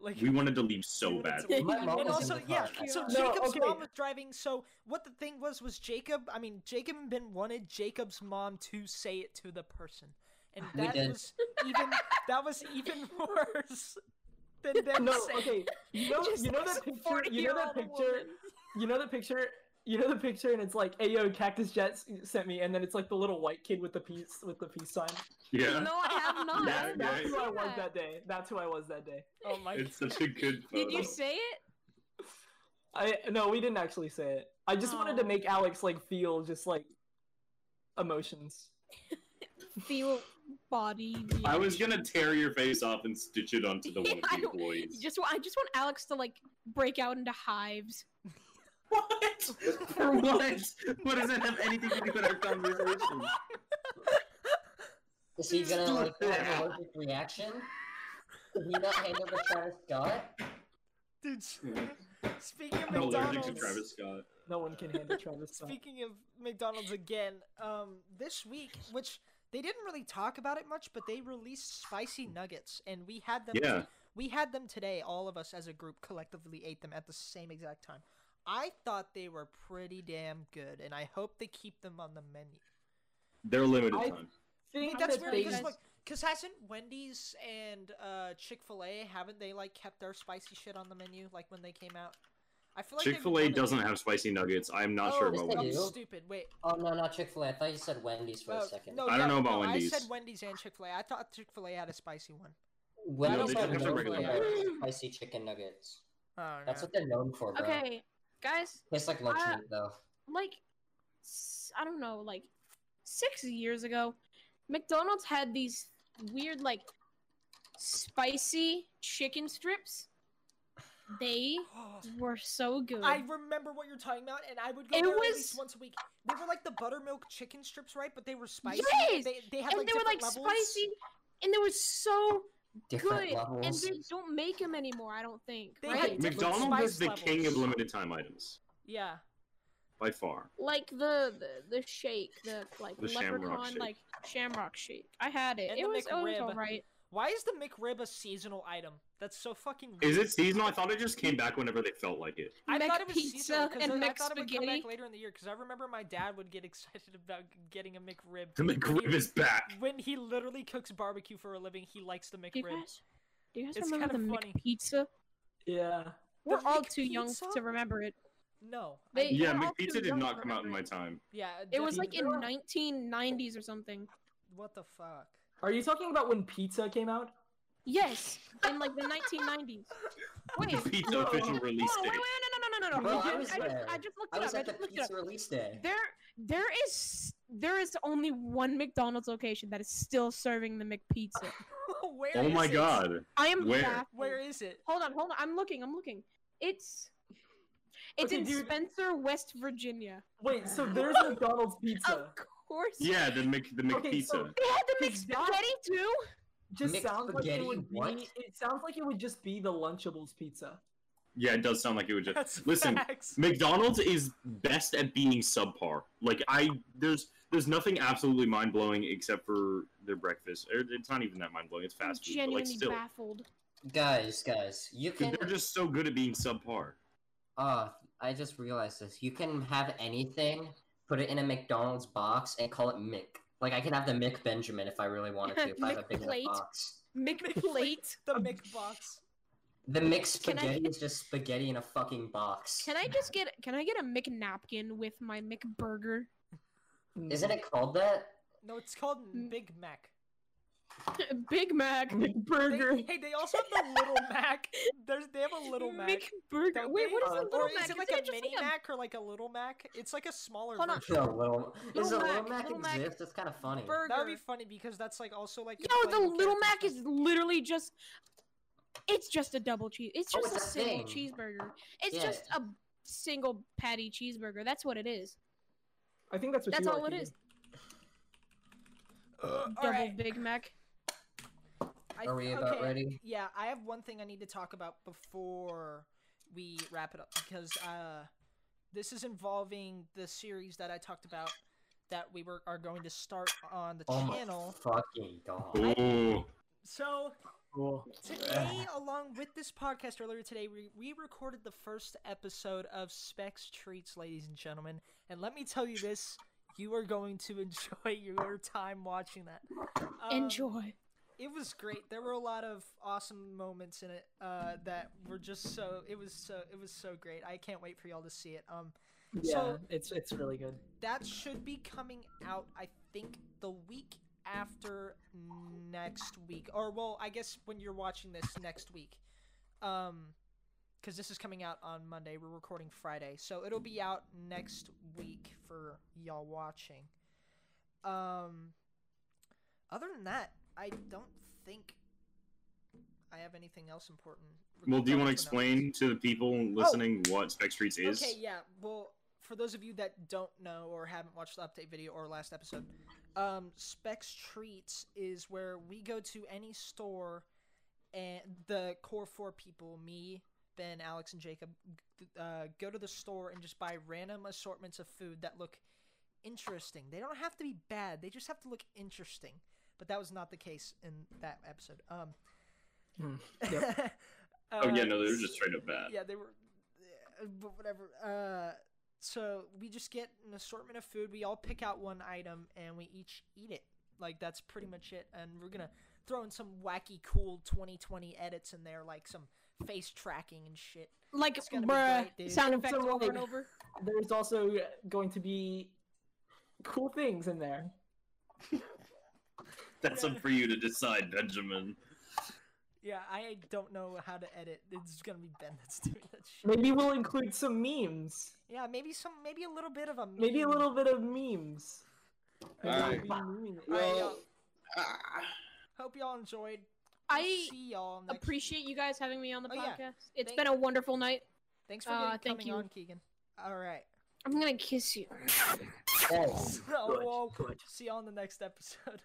[SPEAKER 1] Like
[SPEAKER 4] We wanted to leave
[SPEAKER 1] we
[SPEAKER 4] so
[SPEAKER 1] wanted
[SPEAKER 4] bad.
[SPEAKER 1] to-
[SPEAKER 3] My mom
[SPEAKER 1] And
[SPEAKER 3] was in
[SPEAKER 1] also,
[SPEAKER 3] the
[SPEAKER 1] yeah.
[SPEAKER 3] car.
[SPEAKER 1] So
[SPEAKER 2] No,
[SPEAKER 1] Jacob's
[SPEAKER 2] okay.
[SPEAKER 1] mom was driving. So what the thing was was Jacob. I mean, Jacob and Ben wanted Jacob's mom to say it to the person, and
[SPEAKER 3] We
[SPEAKER 1] that
[SPEAKER 3] did.
[SPEAKER 1] was even that was even worse than them
[SPEAKER 2] No,
[SPEAKER 1] saying.
[SPEAKER 2] okay. You know,
[SPEAKER 5] Just
[SPEAKER 2] you know
[SPEAKER 5] ask
[SPEAKER 2] that
[SPEAKER 5] a
[SPEAKER 2] picture. You know that
[SPEAKER 5] 40-year-old
[SPEAKER 2] picture.
[SPEAKER 5] woman.
[SPEAKER 2] You know the picture. You know the picture, and it's like, "Hey, yo, Cactus Jet s- sent me," and then it's like the little white kid with the peace with the peace sign.
[SPEAKER 4] Yeah,
[SPEAKER 5] No, I have not.
[SPEAKER 4] Yeah,
[SPEAKER 5] I
[SPEAKER 2] That's,
[SPEAKER 4] yeah,
[SPEAKER 5] have not
[SPEAKER 2] that's who I
[SPEAKER 5] seen
[SPEAKER 2] was
[SPEAKER 5] that.
[SPEAKER 2] that day. That's who I was that day.
[SPEAKER 1] Oh my
[SPEAKER 4] it's such a good. Photo.
[SPEAKER 5] Did you say it?
[SPEAKER 2] I no, we didn't actually say it. I just wanted to
[SPEAKER 1] Oh.
[SPEAKER 2] make Alex like feel just like emotions.
[SPEAKER 5] Feel body.
[SPEAKER 4] I was gonna tear your face off and stitch it onto the one of
[SPEAKER 5] I
[SPEAKER 4] the
[SPEAKER 5] don't-
[SPEAKER 4] employees.
[SPEAKER 5] Just wa- I just want Alex to like break out into hives.
[SPEAKER 4] What? For what? What does that have anything to do with our conversation?
[SPEAKER 3] Is he gonna like
[SPEAKER 4] Stupid.
[SPEAKER 3] have an allergic reaction? Did he not handle the Travis Scott?
[SPEAKER 1] dude. s- Speaking of
[SPEAKER 4] I'm allergic to
[SPEAKER 1] McDonald's,
[SPEAKER 4] Travis Scott.
[SPEAKER 2] No one can handle Travis. Scott.
[SPEAKER 1] Speaking of McDonald's again, um, this week, which they didn't really talk about it much, but they released spicy nuggets, and we had them.
[SPEAKER 4] Yeah.
[SPEAKER 1] we had them today. All of us as a group collectively ate them at the same exact time. I thought they were pretty damn good, and I hope they keep them on the menu.
[SPEAKER 4] They're limited
[SPEAKER 2] I-
[SPEAKER 4] time.
[SPEAKER 1] I mean,
[SPEAKER 2] Think
[SPEAKER 1] that's
[SPEAKER 2] that
[SPEAKER 1] weird
[SPEAKER 2] they-
[SPEAKER 1] because look, because hasn't Wendy's and uh, Chick Fil A haven't they like kept their spicy shit on the menu like when they came out? I feel like they've
[SPEAKER 4] Chick Fil A
[SPEAKER 1] done it.
[SPEAKER 4] doesn't have spicy nuggets. I'm not
[SPEAKER 1] oh,
[SPEAKER 4] sure
[SPEAKER 3] yes,
[SPEAKER 4] about
[SPEAKER 3] they
[SPEAKER 1] I'm
[SPEAKER 4] Wendy's.
[SPEAKER 3] do.
[SPEAKER 1] stupid. Wait,
[SPEAKER 3] Oh no, not Chick Fil A. I thought you said Wendy's for
[SPEAKER 1] Uh,
[SPEAKER 3] a second.
[SPEAKER 1] No,
[SPEAKER 4] I don't
[SPEAKER 1] yeah,
[SPEAKER 4] know
[SPEAKER 1] no,
[SPEAKER 4] about
[SPEAKER 1] I said
[SPEAKER 4] Wendy's.
[SPEAKER 1] Wendy's and Chick Fil A. I thought Chick Fil A had a spicy one.
[SPEAKER 4] No,
[SPEAKER 3] Wendy's
[SPEAKER 4] they
[SPEAKER 3] are
[SPEAKER 4] just have
[SPEAKER 3] known
[SPEAKER 4] regular
[SPEAKER 3] for their spicy chicken nuggets.
[SPEAKER 1] Oh, no.
[SPEAKER 3] That's what they're known for, bro.
[SPEAKER 5] Okay, guys,
[SPEAKER 3] Tastes like lunch
[SPEAKER 5] I-
[SPEAKER 3] meat though.
[SPEAKER 5] like s- I don't know, like six years ago, McDonald's had these weird, like, spicy chicken strips. They were so good.
[SPEAKER 1] I remember what you're talking about, and I would go
[SPEAKER 5] It
[SPEAKER 1] there at
[SPEAKER 5] was-
[SPEAKER 1] least once a week. They were like the buttermilk chicken strips, right? But they were spicy.
[SPEAKER 5] Yes!
[SPEAKER 1] They, they had
[SPEAKER 5] and
[SPEAKER 1] like
[SPEAKER 5] they were like
[SPEAKER 1] different levels.
[SPEAKER 5] spicy, and they were so
[SPEAKER 3] Different
[SPEAKER 5] good. And
[SPEAKER 3] levels.
[SPEAKER 5] they don't make them anymore, I don't think.
[SPEAKER 1] They
[SPEAKER 5] right?
[SPEAKER 1] had- Different
[SPEAKER 4] McDonald's
[SPEAKER 1] spice
[SPEAKER 4] is the king
[SPEAKER 1] levels.
[SPEAKER 4] of limited time items
[SPEAKER 1] Yeah.
[SPEAKER 4] by far.
[SPEAKER 5] like the, the the shake, the like
[SPEAKER 4] The shamrock
[SPEAKER 5] leprechaun,
[SPEAKER 4] shake.
[SPEAKER 5] like shamrock shake. I had it.
[SPEAKER 1] And
[SPEAKER 5] it
[SPEAKER 1] the
[SPEAKER 5] was, it was
[SPEAKER 1] McRib.
[SPEAKER 5] all right.
[SPEAKER 1] Why is the McRib a seasonal item? That's so fucking.
[SPEAKER 4] Is
[SPEAKER 1] weird.
[SPEAKER 4] it seasonal? I thought it just came back whenever they felt like it.
[SPEAKER 1] I
[SPEAKER 5] Mc
[SPEAKER 1] thought it was seasonal
[SPEAKER 5] pizza
[SPEAKER 1] 'cause
[SPEAKER 5] and
[SPEAKER 1] I, I
[SPEAKER 5] mc
[SPEAKER 1] thought it would come
[SPEAKER 5] spaghetti.
[SPEAKER 1] back later in the year because I remember my dad would get excited about getting a McRib.
[SPEAKER 4] The
[SPEAKER 1] when he
[SPEAKER 4] McRib is back.
[SPEAKER 1] when he literally cooks barbecue for a living, he likes the
[SPEAKER 5] Do you
[SPEAKER 1] McRib.
[SPEAKER 5] guys, do you guys
[SPEAKER 1] It's
[SPEAKER 5] remember the
[SPEAKER 1] kinda funny.
[SPEAKER 5] McPizza?
[SPEAKER 2] Yeah.
[SPEAKER 5] We're all too young
[SPEAKER 1] McPizza?
[SPEAKER 5] to remember it.
[SPEAKER 1] No. I-
[SPEAKER 5] They-
[SPEAKER 4] Yeah,
[SPEAKER 5] we're all too
[SPEAKER 4] McPizza did
[SPEAKER 5] young to
[SPEAKER 4] not come out in
[SPEAKER 5] remember
[SPEAKER 4] my
[SPEAKER 5] it.
[SPEAKER 4] time.
[SPEAKER 1] yeah.
[SPEAKER 5] It was like in
[SPEAKER 1] definitely.
[SPEAKER 5] 1990s or something.
[SPEAKER 1] What the fuck?
[SPEAKER 2] Are you talking about when pizza came out?
[SPEAKER 5] Yes, in like the 1990s. Wait.
[SPEAKER 4] The pizza
[SPEAKER 2] no.
[SPEAKER 4] official release
[SPEAKER 5] Oh, wait,
[SPEAKER 4] date.
[SPEAKER 5] wait, no, no, no, no, no,
[SPEAKER 3] Bro,
[SPEAKER 5] no.
[SPEAKER 3] I
[SPEAKER 5] I,
[SPEAKER 3] was
[SPEAKER 5] just, I, just,
[SPEAKER 3] there.
[SPEAKER 5] I just looked
[SPEAKER 3] I
[SPEAKER 5] it up.
[SPEAKER 3] was
[SPEAKER 5] I
[SPEAKER 3] at the
[SPEAKER 5] just looked it
[SPEAKER 3] pizza
[SPEAKER 5] up.
[SPEAKER 3] release day.
[SPEAKER 5] There, there is, there is only one McDonald's location that is still serving the McPizza.
[SPEAKER 1] Where
[SPEAKER 4] Oh
[SPEAKER 1] is
[SPEAKER 4] my
[SPEAKER 1] it?
[SPEAKER 4] god.
[SPEAKER 5] I am
[SPEAKER 4] Where?
[SPEAKER 5] baffled.
[SPEAKER 1] Where is it?
[SPEAKER 5] Hold on, hold on. I'm looking. I'm looking. It's, it's
[SPEAKER 2] Okay,
[SPEAKER 5] in
[SPEAKER 2] dude.
[SPEAKER 5] Spencer, West Virginia.
[SPEAKER 2] Wait, so there's McDonald's pizza.
[SPEAKER 5] Of course.
[SPEAKER 4] Yeah, the Mc the
[SPEAKER 2] Okay, so-
[SPEAKER 4] McPizza.
[SPEAKER 5] They had the
[SPEAKER 2] Is that-
[SPEAKER 5] McSpaghetti too.
[SPEAKER 2] Just
[SPEAKER 3] Mixed
[SPEAKER 2] sounds like it
[SPEAKER 3] spaghetti,
[SPEAKER 2] would
[SPEAKER 3] what?
[SPEAKER 2] be. It sounds like it would just be the Lunchables pizza.
[SPEAKER 4] Yeah, it does sound like it would just
[SPEAKER 1] That's
[SPEAKER 4] Listen,
[SPEAKER 1] facts.
[SPEAKER 4] McDonald's is best at being subpar. Like I, there's there's nothing absolutely mind blowing except for their breakfest. Or It's not even that mind blowing. It's
[SPEAKER 5] I'm
[SPEAKER 4] fast food, but
[SPEAKER 5] genuinely
[SPEAKER 4] like still,
[SPEAKER 5] baffled.
[SPEAKER 3] Guys, guys, you can.
[SPEAKER 4] they're just so good at being subpar.
[SPEAKER 3] Uh, I just realized this. You can have anything, put it in a McDonald's box, and call it Mick. Like I can have the Mick Benjamin if I really wanted to. If I have a big enough
[SPEAKER 5] McPlate.
[SPEAKER 3] box.
[SPEAKER 5] McPlate.
[SPEAKER 1] The McBox.
[SPEAKER 3] The Mick
[SPEAKER 5] Can I-
[SPEAKER 3] spaghetti is just spaghetti in a fucking box.
[SPEAKER 5] Can I just get can I get a McNapkin with my McBurger?
[SPEAKER 3] Isn't it called that?
[SPEAKER 1] No, it's called
[SPEAKER 5] Mm.
[SPEAKER 1] Big Mac.
[SPEAKER 5] Big Mac.
[SPEAKER 1] They,
[SPEAKER 2] McBurger?
[SPEAKER 1] hey, they also have the Little Mac. There's they have a Little Mac.
[SPEAKER 5] McBurger.
[SPEAKER 1] don't
[SPEAKER 5] Wait,
[SPEAKER 1] they?
[SPEAKER 5] what is
[SPEAKER 2] Uh,
[SPEAKER 5] a
[SPEAKER 1] or
[SPEAKER 5] little
[SPEAKER 1] is
[SPEAKER 5] Mac?
[SPEAKER 1] it like
[SPEAKER 5] Isn't
[SPEAKER 1] a
[SPEAKER 5] it just
[SPEAKER 1] mini
[SPEAKER 5] like a-
[SPEAKER 1] Mac or like a little Mac? It's like a smaller
[SPEAKER 5] Hold on.
[SPEAKER 1] version.
[SPEAKER 3] No, little. Is it
[SPEAKER 5] Little
[SPEAKER 3] little
[SPEAKER 5] Mac,
[SPEAKER 3] Mac
[SPEAKER 5] Little Mac
[SPEAKER 3] exist? That's kind of funny.
[SPEAKER 5] burger?
[SPEAKER 1] That would be funny because that's like also like. a
[SPEAKER 5] Yo, the
[SPEAKER 1] playable
[SPEAKER 5] little
[SPEAKER 1] character stuff.
[SPEAKER 5] Mac is literally just it's just a double cheese. It's
[SPEAKER 3] Oh,
[SPEAKER 5] just
[SPEAKER 3] it's
[SPEAKER 5] a
[SPEAKER 3] a
[SPEAKER 5] single
[SPEAKER 3] thing.
[SPEAKER 5] cheeseburger. It's
[SPEAKER 3] Yeah.
[SPEAKER 5] just a single patty cheeseburger. That's what it is.
[SPEAKER 2] I think that's what
[SPEAKER 5] That's
[SPEAKER 2] you
[SPEAKER 5] all
[SPEAKER 2] like
[SPEAKER 5] it
[SPEAKER 2] eating.
[SPEAKER 5] is.
[SPEAKER 1] All
[SPEAKER 5] Double
[SPEAKER 1] right,
[SPEAKER 5] Big Mac.
[SPEAKER 1] I
[SPEAKER 3] Are we
[SPEAKER 1] th-
[SPEAKER 3] about
[SPEAKER 1] okay,
[SPEAKER 3] ready?
[SPEAKER 1] Yeah, I have one thing I need to talk about before we wrap it up because uh, this is involving the series that I talked about that we were are going to start on the
[SPEAKER 3] Oh my
[SPEAKER 1] channel.
[SPEAKER 3] fucking god.
[SPEAKER 4] Oh,
[SPEAKER 1] So
[SPEAKER 2] Cool.
[SPEAKER 1] today, along with this podcast earlier today, we, we recorded the first episode of Specs Treats, ladies and gentlemen. And let me tell you this: you are going to enjoy your time watching that. Um,
[SPEAKER 5] Enjoy.
[SPEAKER 1] it was great. There were a lot of awesome moments in it uh, that were just so. It was so. It was so great. I can't wait for y'all to see it. Um,
[SPEAKER 2] Yeah,
[SPEAKER 1] So-
[SPEAKER 2] it's it's really good.
[SPEAKER 1] that should be coming out. I think the week after next week, or well, I guess when you're watching this next week, um, because this is coming out on Monday. We're recording Friday, so it'll be out next week for y'all watching. Um, other than that, I don't think I have anything else important.
[SPEAKER 4] well, do you want to
[SPEAKER 1] regarding the numbers.
[SPEAKER 4] explain to the people listening what Spec Streets is?
[SPEAKER 1] Okay, yeah. Well, for those of you that don't know or haven't watched the update video or last episode, um, Specs Treats is where we go to any store, and the core four people, me, Ben, Alex, and Jacob, uh, go to the store and just buy random assortments of food that look interesting. They don't have to be bad; they just have to look interesting. But that was not the case in that episode. Um,
[SPEAKER 2] Hmm,
[SPEAKER 4] Oh yeah, no,
[SPEAKER 1] uh,
[SPEAKER 4] they're just straight up bad.
[SPEAKER 1] yeah, they were, uh, but whatever. Uh, so we just get an assortment of food. We all pick out one item and we each eat it. Like that's pretty much it. And we're gonna throw in some wacky, cool 2020 edits in there, like some face tracking and shit.
[SPEAKER 5] Like
[SPEAKER 1] It's gonna be
[SPEAKER 5] bruh
[SPEAKER 1] great, dude.
[SPEAKER 5] sound effects
[SPEAKER 2] Someone-
[SPEAKER 5] over and over.
[SPEAKER 2] There's also going to be cool things in there.
[SPEAKER 4] That's up for you to decide, Benjamin.
[SPEAKER 1] Yeah, I don't know how to edit. It's gonna be Ben that's doing that shit.
[SPEAKER 2] Maybe we'll include some memes.
[SPEAKER 1] Yeah, maybe some, maybe a little bit of a,
[SPEAKER 2] Maybe a
[SPEAKER 1] meme.
[SPEAKER 2] little bit of memes.
[SPEAKER 6] Alright.
[SPEAKER 1] Well,
[SPEAKER 6] ah.
[SPEAKER 1] Hope y'all enjoyed. We'll
[SPEAKER 5] I
[SPEAKER 1] see y'all next.
[SPEAKER 5] appreciate you guys having me on the
[SPEAKER 1] Oh, yeah.
[SPEAKER 5] podcast. It's
[SPEAKER 1] Thank-
[SPEAKER 5] been a wonderful night.
[SPEAKER 1] Thanks for
[SPEAKER 5] uh,
[SPEAKER 1] getting,
[SPEAKER 5] thank
[SPEAKER 1] coming
[SPEAKER 5] you.
[SPEAKER 1] on, Keegan. All right.
[SPEAKER 5] I'm gonna kiss you.
[SPEAKER 3] Yes.
[SPEAKER 1] Oh,
[SPEAKER 2] Good,
[SPEAKER 1] whoa.
[SPEAKER 2] good.
[SPEAKER 1] See you on the next episode.